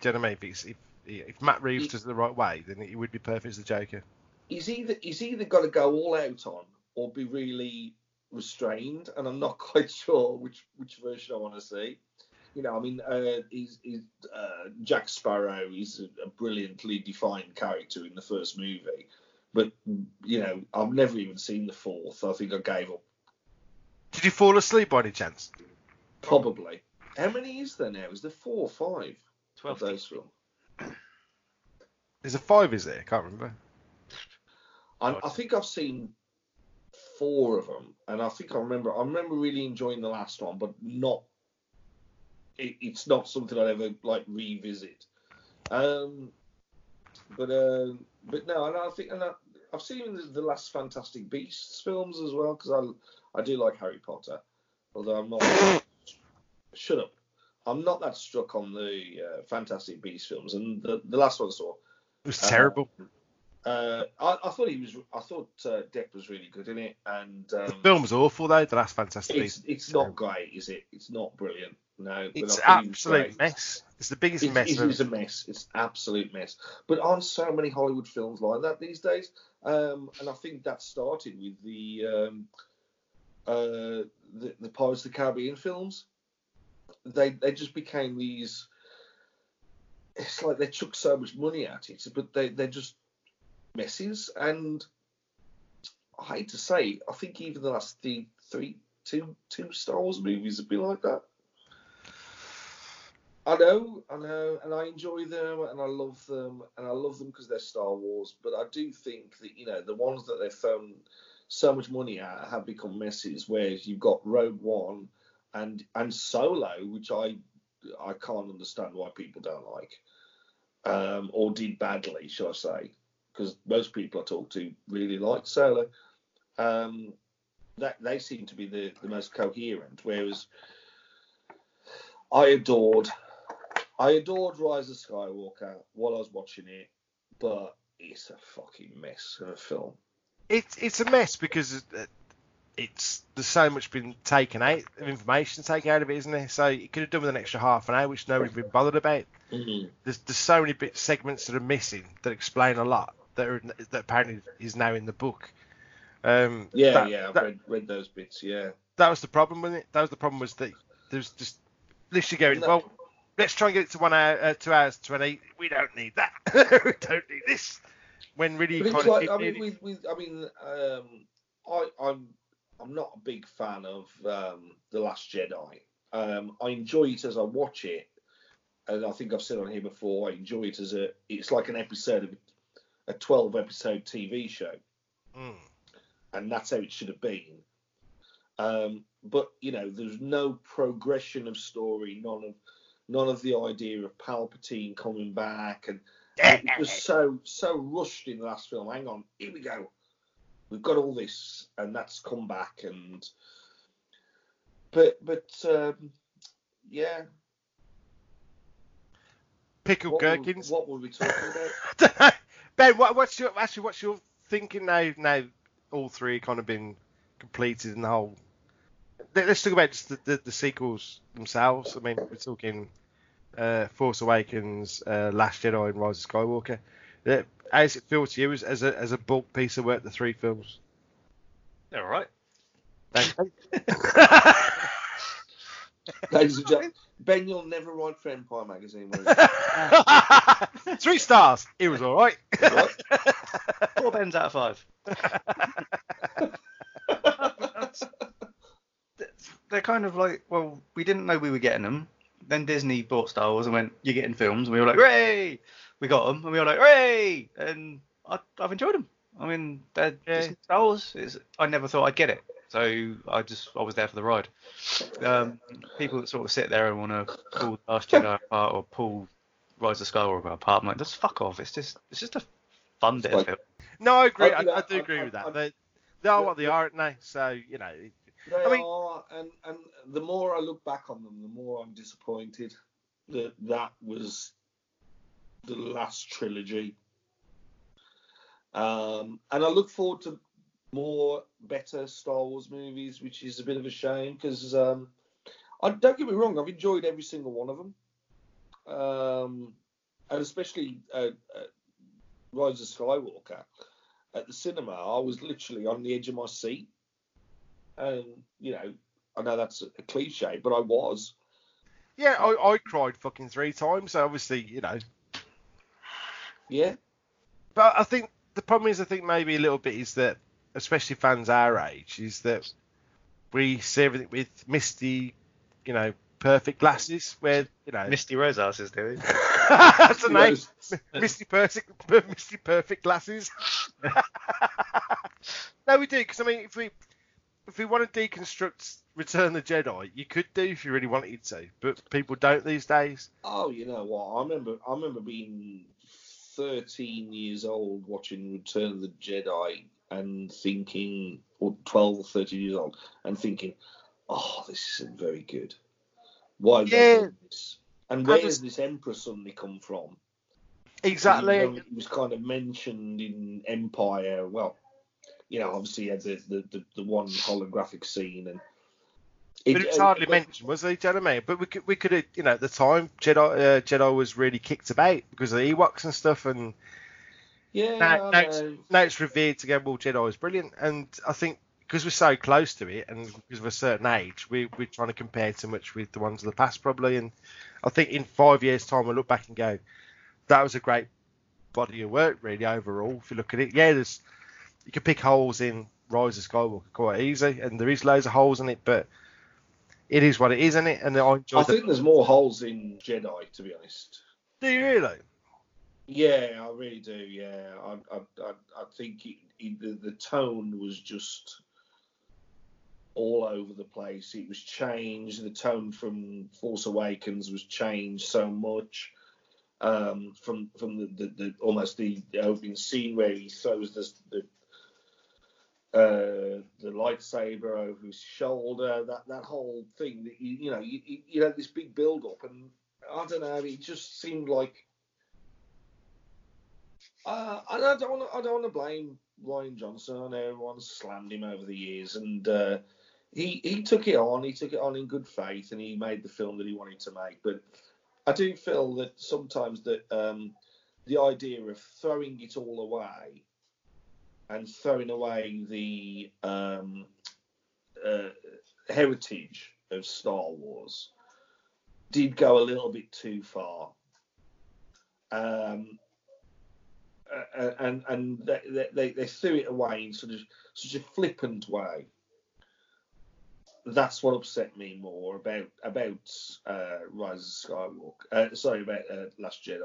Do you know what I mean? If it's, if if Matt Reeves does it the right way, then he would be perfect as the Joker.
he's either he's either got to go all out on or be really restrained, and I'm not quite sure which which version I want to see. You know, I mean, uh, he's, he's uh, Jack Sparrow. He's a, a brilliantly defined character in the first movie, but you know, I've never even seen the fourth. I think I gave up.
Did you fall asleep by any chance?
Probably. How many is there now? Is there four or five of
12.
those films?
There's a five, is there? I can't remember.
And I think I've seen four of them, and I think I remember. I remember really enjoying the last one, but not. It, it's not something I'd ever like revisit. Um, but um, but no, and I think and I, I've seen the, the last Fantastic Beasts films as well because I I do like Harry Potter, although I'm not. shut up. I'm not that struck on the uh, Fantastic Beasts films, and the, the last one I saw
It was
Uh,
terrible.
uh, I, I thought he was. I thought uh, Depp was really good in it, and
the
um,
film was awful though. The last Fantastic
it's
Beast.
it's not great, is it? It's not brilliant. No, but
It's
I thought he was
absolute
great.
mess. It's the biggest
It,
mess.
it
ever.
is a mess. It's absolute mess. But aren't so many Hollywood films like that these days? Um, and I think that started with the um, uh, the, the Pirates of the Caribbean films. They they just became these. It's like they took so much money at it, but they they're just messes. And I hate to say, I think even the last three, three, two, two Star Wars movies have been like that. I know, I know, and I enjoy them, and I love them, and I love them because they're Star Wars. But I do think that you know the ones that they've thrown so much money at have become messes. Whereas you've got Rogue One and and Solo, which I I can't understand why people don't like, um, or did badly, shall I say? Because most people I talk to really like Solo. Um, that they seem to be the, the most coherent. Whereas I adored I adored Rise of Skywalker while I was watching it, but it's a fucking mess of a film.
it's it's a mess because uh, it's there's so much been taken out of information taken out of it, isn't there? So you could have done with an extra half an hour, which nobody's been bothered about. There's there's so many bit segments that are missing that explain a lot that are, that apparently is now in the book. Um,
Yeah,
that-
yeah, I've
That,
read, read those bits. Yeah,
that was the problem, wasn't it? That was the problem was that there's just literally going
No.
well. Let's try and get it to one hour, uh, two hours twenty. We don't need that. we don't need this. When really, you
but it's
kinda
like
keep
I
needing-
mean, with, with I mean, um, I I'm I'm not a big fan of um, the Last Jedi. Um, I enjoy it as I watch it, and I think I've said on here before. I enjoy it as a it's like an episode of a twelve episode TV show.
Mm.
and that's how it should have been. Um, but you know, there's no progression of story, none of none of the idea of Palpatine coming back, and it was so so rushed in the last film. Hang on, here we go, we've got all this, and that's come back, and but but um, yeah,
Pickled
what were,
gherkins.
what were we talking about?
ben, what, what's your actually what's your thinking now? Now all three kind of been completed and the whole. Let- Let's talk about just the, the, the sequels themselves. I mean, we're talking uh, Force Awakens, uh, Last Jedi, and Rise of Skywalker. Uh, how does it feel to you as, as a as a bulk piece of work? The three films.
All right.
Thank-
Ladies and gentlemen, Ben, you'll never write for Empire magazine. will you?
three stars. It was all right.
Right?
Four bends out of five. They're kind of like, well, we didn't know we were getting them. Then Disney bought Star Wars and went, "You're getting films," and we were like, "Hooray!" We got them, and we were like, "Hooray!" And I, I've enjoyed them. I mean, they're
Yeah.
Disney Star Wars. It's, I never thought I'd get it, so I just I was there for the ride. Um, people that sort of sit there and want to pull The Last Jedi apart or pull Rise of Skywalker apart, I'm like, just fuck off. It's just it's just a fun bit of
Like-
film.
No, I agree.
I-
I,
you know,
I do
I-
agree
I-
with
I-
that. They, they are what they are, aren't they? So you know, it-
They
I mean-
are, and and the more I look back on them, the more I'm disappointed that that was the last trilogy. Um, and I look forward to more better Star Wars movies, which is a bit of a shame because um, I don't get me wrong, I've enjoyed every single one of them, um, and especially uh, uh, Rise of Skywalker. At the cinema, I was literally on the edge of my seat and you know, I know that's a cliche, but I was.
yeah, I, I cried fucking three times. So obviously, you know.
Yeah.
But I think the problem is, I think maybe a little bit is that, especially fans our age, is that we see everything with misty, you know, perfect glasses. Where you know,
Misty Rose asses, do we?
that's a name.
Rose.
Misty Perfect, Misty Perfect glasses. no, we do because I mean, if we if we want to deconstruct Return of the Jedi, you could do if you really wanted to, but people don't these days.
Oh, you know what? I remember. I remember being 13 years old watching Return of the Jedi and thinking, or 12 or 13 years old, and thinking, oh, this isn't very good. Why? have they
Yeah.
done this? And
I
where
just-
does this Emperor suddenly come from? Even though
Exactly.
It was kind of mentioned in Empire. Well, you know, obviously you had the, the, the, the one holographic scene, and uh,
But it was hardly mentioned, was it? Do you know what I mean? But we could, we could, have- you know, at the time Jedi uh, Jedi was really kicked about because of the Ewoks and stuff, and
Yeah,
now,
I
now, it's,
know.
now it's revered to go. Well, Jedi is brilliant, and I think because we're so close to it and because of a certain age, we, we're trying to compare too much with the ones of the past probably. And I think in five years' time, we'll look back and go, that was a great body of work really overall. If you look at it, yeah, there's you can pick holes in Rise of Skywalker quite easy, and there is loads of holes in it, but it is what it is, isn't it? And I enjoy.
I think there's more holes in Jedi, to be honest.
Do you really?
Yeah, I really do. Yeah, I I, I, I think it, it, the, the tone was just all over the place. It was changed. The tone from Force Awakens was changed so much. Um, from from the, the, the almost the, the opening scene where he throws this, the uh, the lightsaber over his shoulder, that that whole thing that you you know you, you- you had this big build up, and I don't know, it just seemed like. Uh, and I don't want to. I don't want to blame Ryan Johnson. I know everyone slammed him over the years, and uh, he he took it on. He took it on in good faith, and he made the film that he wanted to make. But I do feel that sometimes that um, the idea of throwing it all away and throwing away the um, uh, heritage of Star Wars did go a little bit too far. Um, a- a- and and they- they, they, they threw it away in sort of such a flippant way. That's what upset me more about about uh, Rise of Skywalker. Uh, sorry about uh, Last Jedi.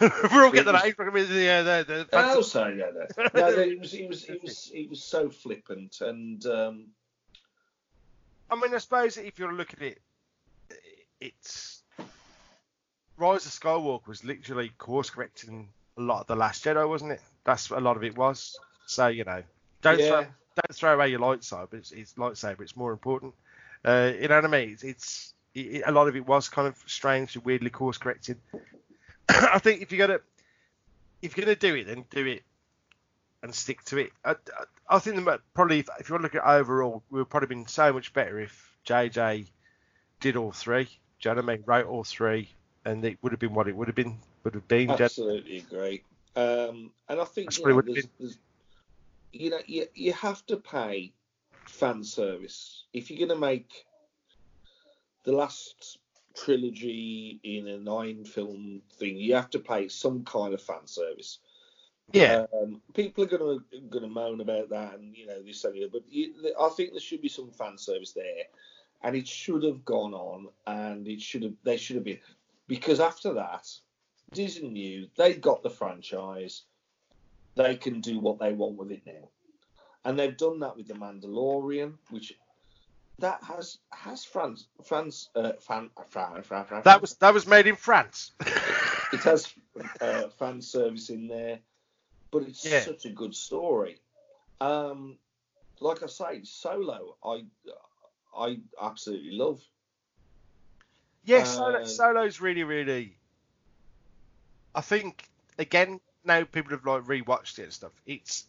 Oh,
We're all getting
It was-
that. age bracket with the, uh, the, the
I
fantasy-
also know that. No, no, it was it was it was it was so flippant and um,
I mean, I suppose if you look at it, it's Rise of Skywalker was literally course correcting a lot of the Last Jedi, wasn't it? That's what a lot of it was. So you know, don't throw,
Yeah.
don't throw away your lightsaber. It's, it's lightsaber. It's more important. Uh, you know what I mean? It's, it's it, it- a lot of it was kind of strange and weirdly course corrected. I think if you're gonna if you're gonna do it, then do it and stick to it. I, I, I think that probably if, if you want to look at overall, we would probably been so much better if JJ did all three. Do you know what I mean? Wrote all three, and it would have been what it would have been. Would have been. do you-
absolutely agree. Um, and I think
That's
you
what it
know,
would
there's,
be.
there's, you know you you have to pay fan service if you're going to make the last trilogy in a nine film thing. You have to pay some kind of fan service.
Yeah.
Um, people are going to going to moan about that and you know this and the other, but you, I think there should be some fan service there, and it should have gone on, and it should have they should have been because after that, Disney knew they got the franchise, they can do what they want with it now, and they've done that with the Mandalorian, which that has has France France uh, fan, fan, fan, fan
that was that was made in France.
it has uh, fan service in there, but it's
Yeah.
such a good story. Um, like I say, Solo, I I absolutely love.
Yes, Solo,
Uh,
Solo's really, really. I think again now people have like rewatched it and stuff. It's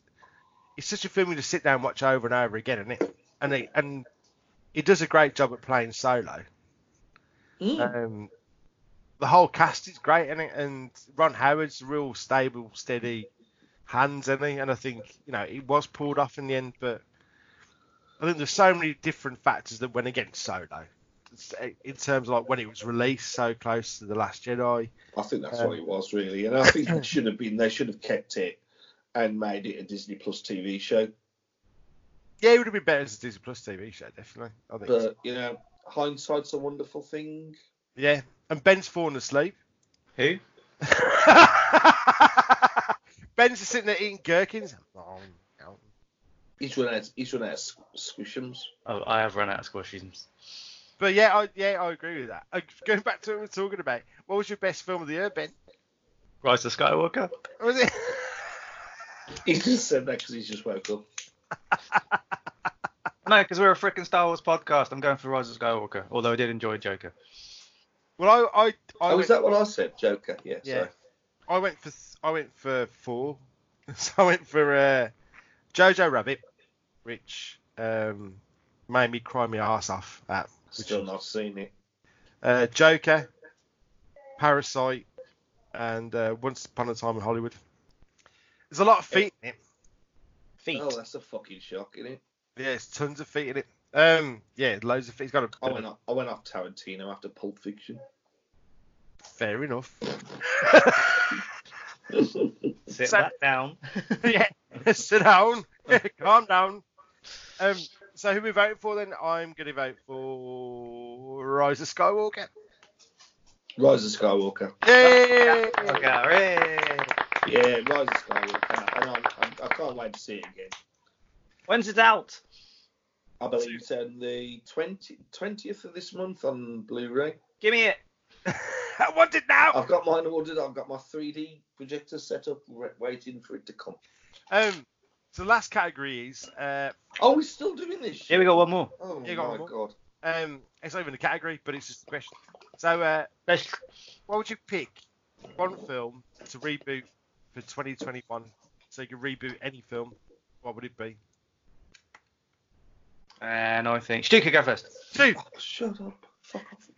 it's such a film you just sit down and watch over and over again, isn't it? And it and it does a great job at playing Solo. Um, the whole cast is great, and and Ron Howard's a real stable, steady hands, isn't he? And I think you know it was pulled off in the end, but I think there's so many different factors that went against Solo It's- in terms of like when it was released so close to the Last Jedi.
I think that's
Um,
what it was really, and I think it should have been. They should have kept it and made it a Disney Plus TV show.
Yeah, it would have been better as a Disney Plus TV show, definitely. I think. so.
But you know, hindsight's a wonderful thing.
yeah, and Ben's fallen asleep.
Who?
Ben's just sitting there eating gherkins.
He's run out. He's run out of squ- squishums.
Oh, I have run out of squishies.
But yeah, I, yeah, I agree with that. Uh, Going back to what we were talking about, what was your best film of the year, Ben?
Rise of Skywalker.
Was it?
He just said that because he's just woke up.
No, because we're a freaking Star Wars podcast. I'm going for Rise of Skywalker. Although I did enjoy Joker.
Well, I, I, I,
Oh,
went,
is that what I said? Joker. Yeah.
Yeah.
Sorry.
I went for, th- I went for four. So I went for uh, Jojo Rabbit, which um, made me cry my ass off at. Which
Still
was-
not seen it.
uh, Joker, Parasite, and uh, Once Upon a Time in Hollywood. There's a lot of feet in it. Feet.
Oh, that's a fucking shock, isn't it?
Yeah, it's tons of feet in it. Um, yeah, loads of feet. It's got a.
I went off, I went off Tarantino after Pulp Fiction.
Fair enough.
Sit
So-
back down.
yeah, sit down. Calm down. Um, so who we voting for then? I'm going to vote for Rise of Skywalker.
Rise of Skywalker.
Yay!
Okay, hooray.
Yeah, Rise of Skywalker. And I'm, I'm, I can't wait to see it again.
When's it out?
I believe it's on the 20, 20th of this month on Blu-ray.
Give me it.
I want it now.
I've got mine ordered. I've got my 3D projector set up, re- waiting for it to come.
Um, so the last category is uh,
Oh, we're still doing this.
Here we got one more.
Oh
You
my
got one more?
god.
um, it's not even a category, but it's just a question. So uh,
Best-
what would you pick one film to reboot for 2021? So you could reboot any film. What would it be?
And I think Stu could go first.
Two.
Oh, shut up. Fuck off.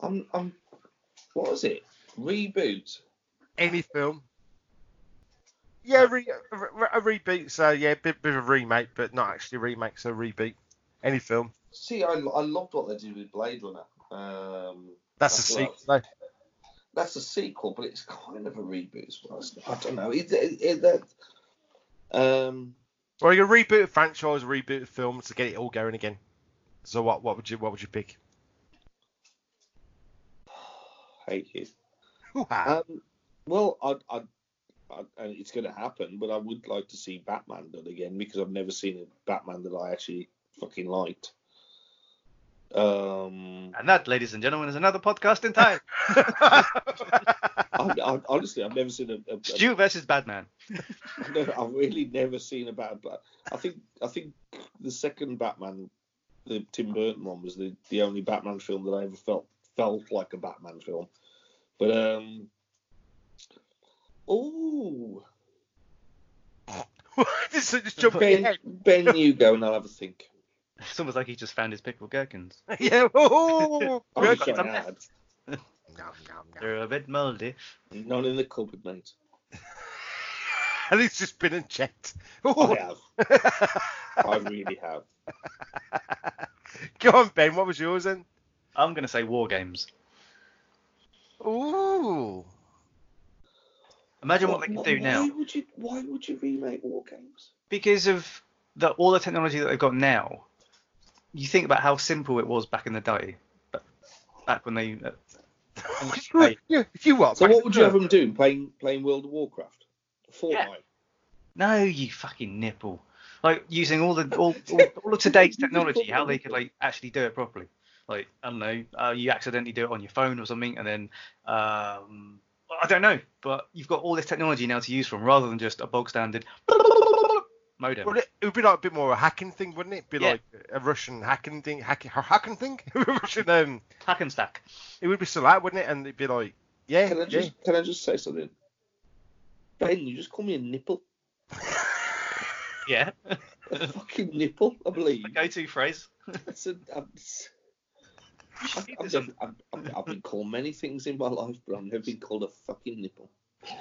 I'm. I'm. What was it? Reboot.
any film. Yeah, re- a, re- a reboot. So yeah, bit, bit of a remake, but not actually a remake. So a reboot. Any film.
See, I, I loved what they did with Blade Runner. Um,
That's,
That's
a
what I
sequel.
was-
though.
that's a sequel, but it's kind of a reboot as well. isn't it? I don't know. It, it, it, that, um,
Or you could reboot a franchise, reboot a film to get it all going again. So what what would you what would you pick?
hate you.
Hoo-ha.
Um, well, I, I, I, and it's going to happen, but I would like to see Batman done again because I've never seen a Batman that I actually fucking liked. Um,
And that, ladies and gentlemen, is another podcast in time.
I, I, honestly, I've never seen a. a, a
Stu versus Batman.
No, I've really never seen a Batman. But I think I think the second Batman, the Tim Burton one, was the, the only Batman film that I ever felt felt like a Batman film. But um, oh,
just, just jump in.
Ben Ben Hugo, and I'll have a think.
It's almost like he just found his pickled gherkins.
yeah. Oh,
I'm just
good.
trying hard.
They're a bit mouldy.
Not in the cupboard, mate.
and it's just been and checked.
I
Ooh.
have. I really have.
Go on, Ben. What was yours then?
I'm going to say War Games.
Ooh.
Imagine what they can do now.
Why would you? Why would you remake War Games?
because of the all the technology that they've got now, you think about how simple it was back in the day, but back when they. Uh,
Right. You, you what?
So
back
what
to
would you have
work?
them doing? Playing playing World of Warcraft, Fortnite.
no, you fucking nipple! Like using all the all, all, all of today's technology, how they could like actually do it properly. Like I don't know, uh, you accidentally do it on your phone or something, and then um, I don't know, but you've got all this technology now to use from rather than just a bog standard modem.
Well, it, it would be like a bit more a hacking thing, wouldn't it? Be
Yeah.
like a Russian hacking thing, hacking, hacking thing. Russian. Um,
Hack and stack.
it would be so loud, wouldn't it? And it'd be like, yeah,
Can I
yeah.
just can I just say something? Ben, you just call me a nipple.
Yeah,
A fucking nipple, I believe.
the go-to phrase.
That's a, I'm, I've, I've, never- I've, I've, I've been called many things in my life, but I've never been called a fucking nipple.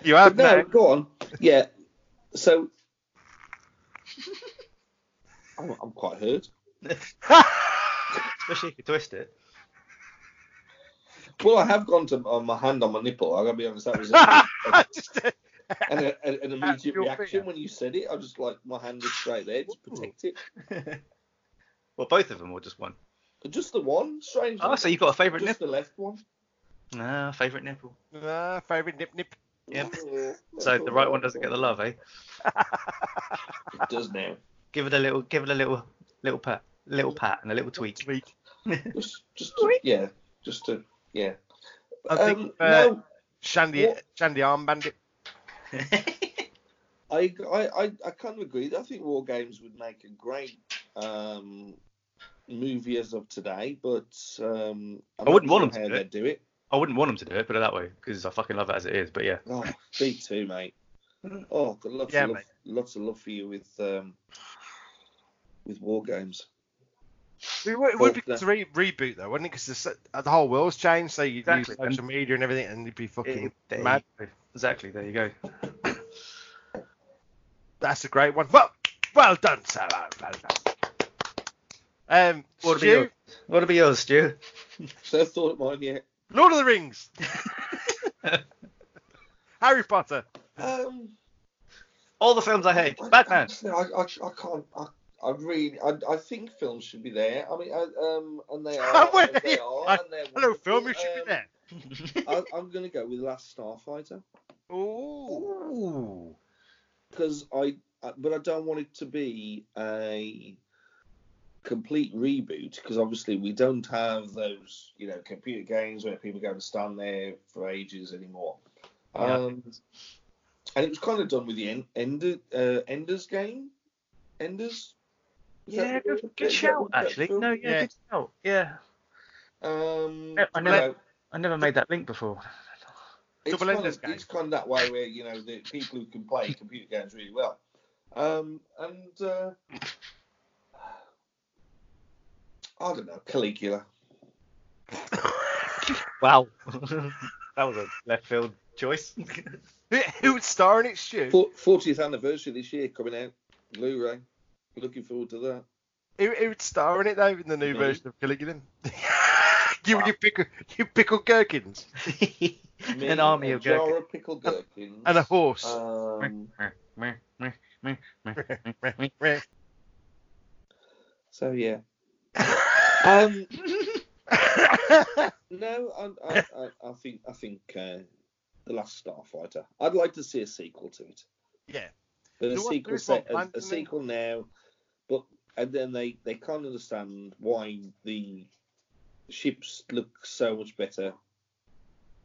you have
But no,
now.
go on. Yeah. So I'm, I'm quite hurt.
Especially if you twist it.
Well, I have gone to on my hand on my nipple. I gotta be honest, that was a,
Just, uh,
an, an, an immediate
Your
reaction
finger.
when you said it. I just like my hand was straight there to protect it.
Well, both of them or just one?
Just the one, strange.
Oh, so you've got a favourite
just
nipple?
the left one.
Ah, favourite nipple.
uh, favorite nip nip.
Yeah.
Oh,
So the right one doesn't get the love, eh?
It does now.
Give it a little, give it a little, little pat, little pat and a little tweak.
Tweak.
Just, just to, yeah, just to, yeah.
I
um,
think uh,
no,
Shandy,
what-
Shandy arm bandit.
I, I, I, I kind of agree. I think War Games would make a great um, movie as of today, but um, I'm
I wouldn't
not
want
sure
'em to
how
do
they'd do it.
I wouldn't want them to do it, put it that way, because I fucking love it as it is. But yeah,
Oh, me too, mate. Oh, got lots,
Yeah,
of love,
mate.
lots of love for you with um, with War Games.
It would, it would be
Well,
good to re- reboot though, wouldn't it? Because uh, the, the whole world's changed, so you would use
Exactly.
social media and everything, and you'd be fucking
It- they-
mad.
exactly. There you go.
That's a great one. Well, Well done, Sarah. Well done. Um,
What about
Stu,
yours? What about yours, Stu?
Seth thought of mine yet.
Lord of the Rings, Harry Potter.
Um,
All the films I hate.
I-
Batman.
honestly, I, I, I can't. I, I really. I, I think films should be there. I mean, I, um, and they are.
Well,
and they
yeah,
are.
I-
and they're
Hello,
wonderful.
film. You should be
Um,
there.
I, I'm gonna go with Last Starfighter
Ooh.
Ooh.
because I, I- but I don't want it to be a complete reboot because obviously we don't have those, you know, computer games where people go to stand there for ages anymore.
Yeah.
Um, and it was kind of done with the en- Ender, uh, Ender's game. Enders. Is that
Yeah,
the word?
good, good
Is that-
shout,
is that
actually.
film?
No, yeah,
Yeah.
good shout. Yeah.
Um,
I
you
never-
know,
I never made that link before.
it's
Double
kind
Enders
of,
game.
It's kind of that way where you know the people who can play computer games really well. Um, and uh, I don't know, Caligula.
Wow. that was a left field choice.
Who, who would star in it, Stu?
Fortieth anniversary this year coming out, Blu-ray. Looking forward to that.
Who, who would star in it though in the new
Me.
version of Caligula? you, you pickle, you pickle gherkins
Me,
An army
a
of
jar
gherkins.
of pickle gherkins.
and a horse.
Um,
Right.
so yeah. Um, Uh, no, I, I, I, I think I think uh, the Last Starfighter. I'd like to see a sequel to it.
yeah.
But
There
a
was- there
sequel,
is one
set, a,
planned,
a
isn't there?
sequel now, but and then they they can't understand why the ships look so much better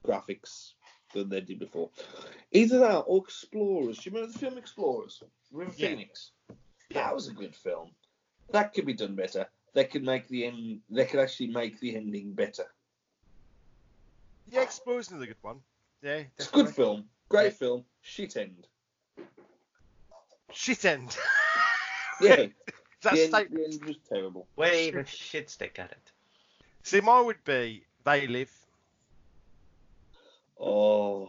graphics than they did before. Either that or Explorers. Do you remember the film Explorers? River
Yeah.
Phoenix. That was a good film. That could be done better. They could make the end. They could actually make the ending better.
Yeah, Explorers is a good one. Yeah.
It's a good
definitely.
film. Great
Yeah.
film. Shit end.
Shit end.
Yeah.
Is that
the,
a
end,
statement?
the end was terrible.
Wave a shit stick at it.
See, mine would be They Live.
Oh.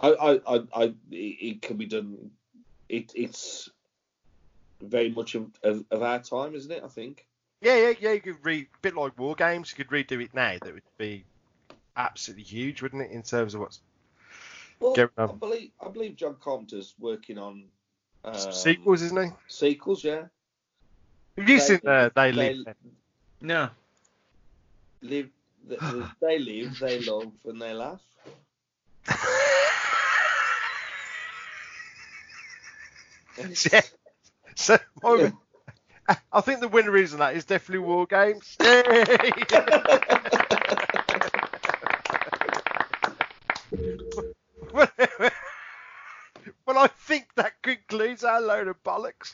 I, I, I, I it, it can be done. It, it's very much of, of, of our time, isn't it? I think.
Yeah, yeah, yeah. You could re bit like War Games. You could redo it now. That would be absolutely huge, wouldn't it, in terms of what's
Well,
Get
I
round.
believe I believe John Carpenter's working on um,
sequels, isn't it?
Sequels, yeah.
Have
They
you seen uh,
Live-
They
They-
Live? then?
No.
Live, th- th- they live, they love, and they laugh.
Yeah. So mine would- I think the winner is on that is definitely War Games. well, I think that concludes our load of bollocks.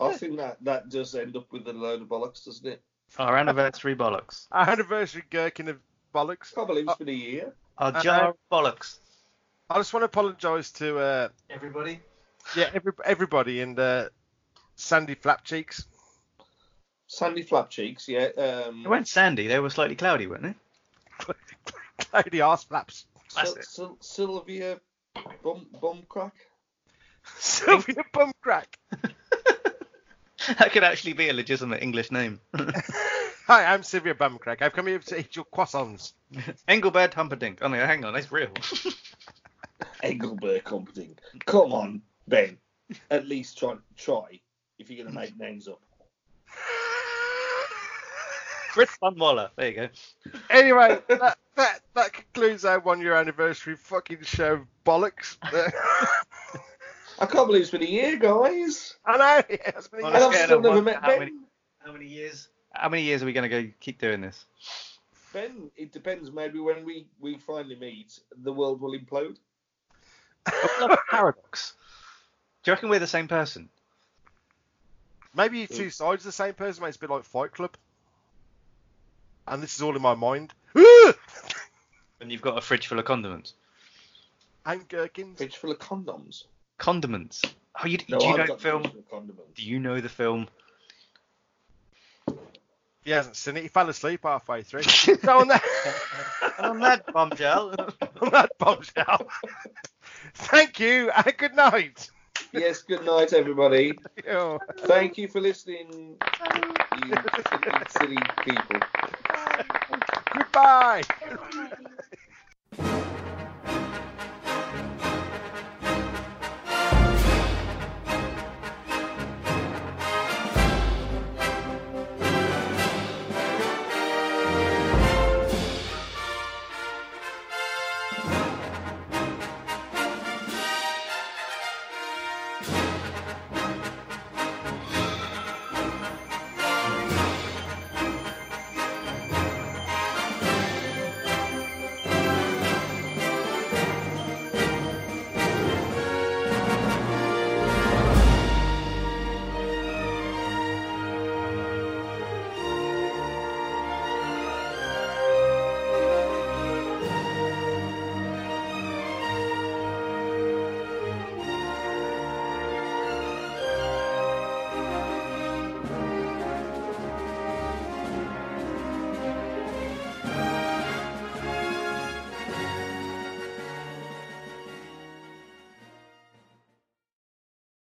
I think that that does end up with a load of bollocks, doesn't it?
Our anniversary bollocks.
Our anniversary gherkin of bollocks.
Can't
Uh,
believe it's been a year.
Our
Uh,
jar of bollocks.
I just want to apologise to uh,
Everybody.
yeah every, everybody and uh, Sandy Flapcheeks.
Sandy Flapcheeks, yeah. Um,
They weren't sandy, they were slightly cloudy, weren't they?
Cloudy arse flaps.
That's
Sil-
it.
Sil- Sylvia bum, bum crack.
Sylvia Bum Crack.
that could actually be a legitimate English name.
Hi, I'm Sylvia Bumcrack. I've come here to eat your croissants.
Engelbert Humperdinck. Oh no, hang on, that's real.
Engelbert Company. Come on, Ben. At least try. Try if you're gonna make names up.
Fritz von Waller. There you go.
Anyway, that, that that concludes our one year anniversary fucking show bollocks.
I can't believe it's been a year, guys.
I know. yeah, it's been a
On
And
a
year.
I've
scale
still
of
never
one to
met
how
Ben.
many- How many years? How many years are we gonna go keep doing this?
Ben, it depends. Maybe when we we finally meet, the world will implode.
Paradox. Do you reckon we're the same person?
Maybe you two sides of the same person. Mate, it's a bit like Fight Club. And this is all in my mind.
And you've got a fridge full of condiments.
and gherkins.
Fridge full of condoms.
Condiments. Oh, you,
No,
do you
I've
know the
got
film?
fridge full of Condiments.
Do you know the film?
He hasn't seen it. He fell asleep halfway through. so on that,
I'm that bombshell.
on that bombshell, Thank you and good night.
yes, good night, everybody.
Yo.
Thank you for listening, you silly, silly people.
Goodbye.
Bye.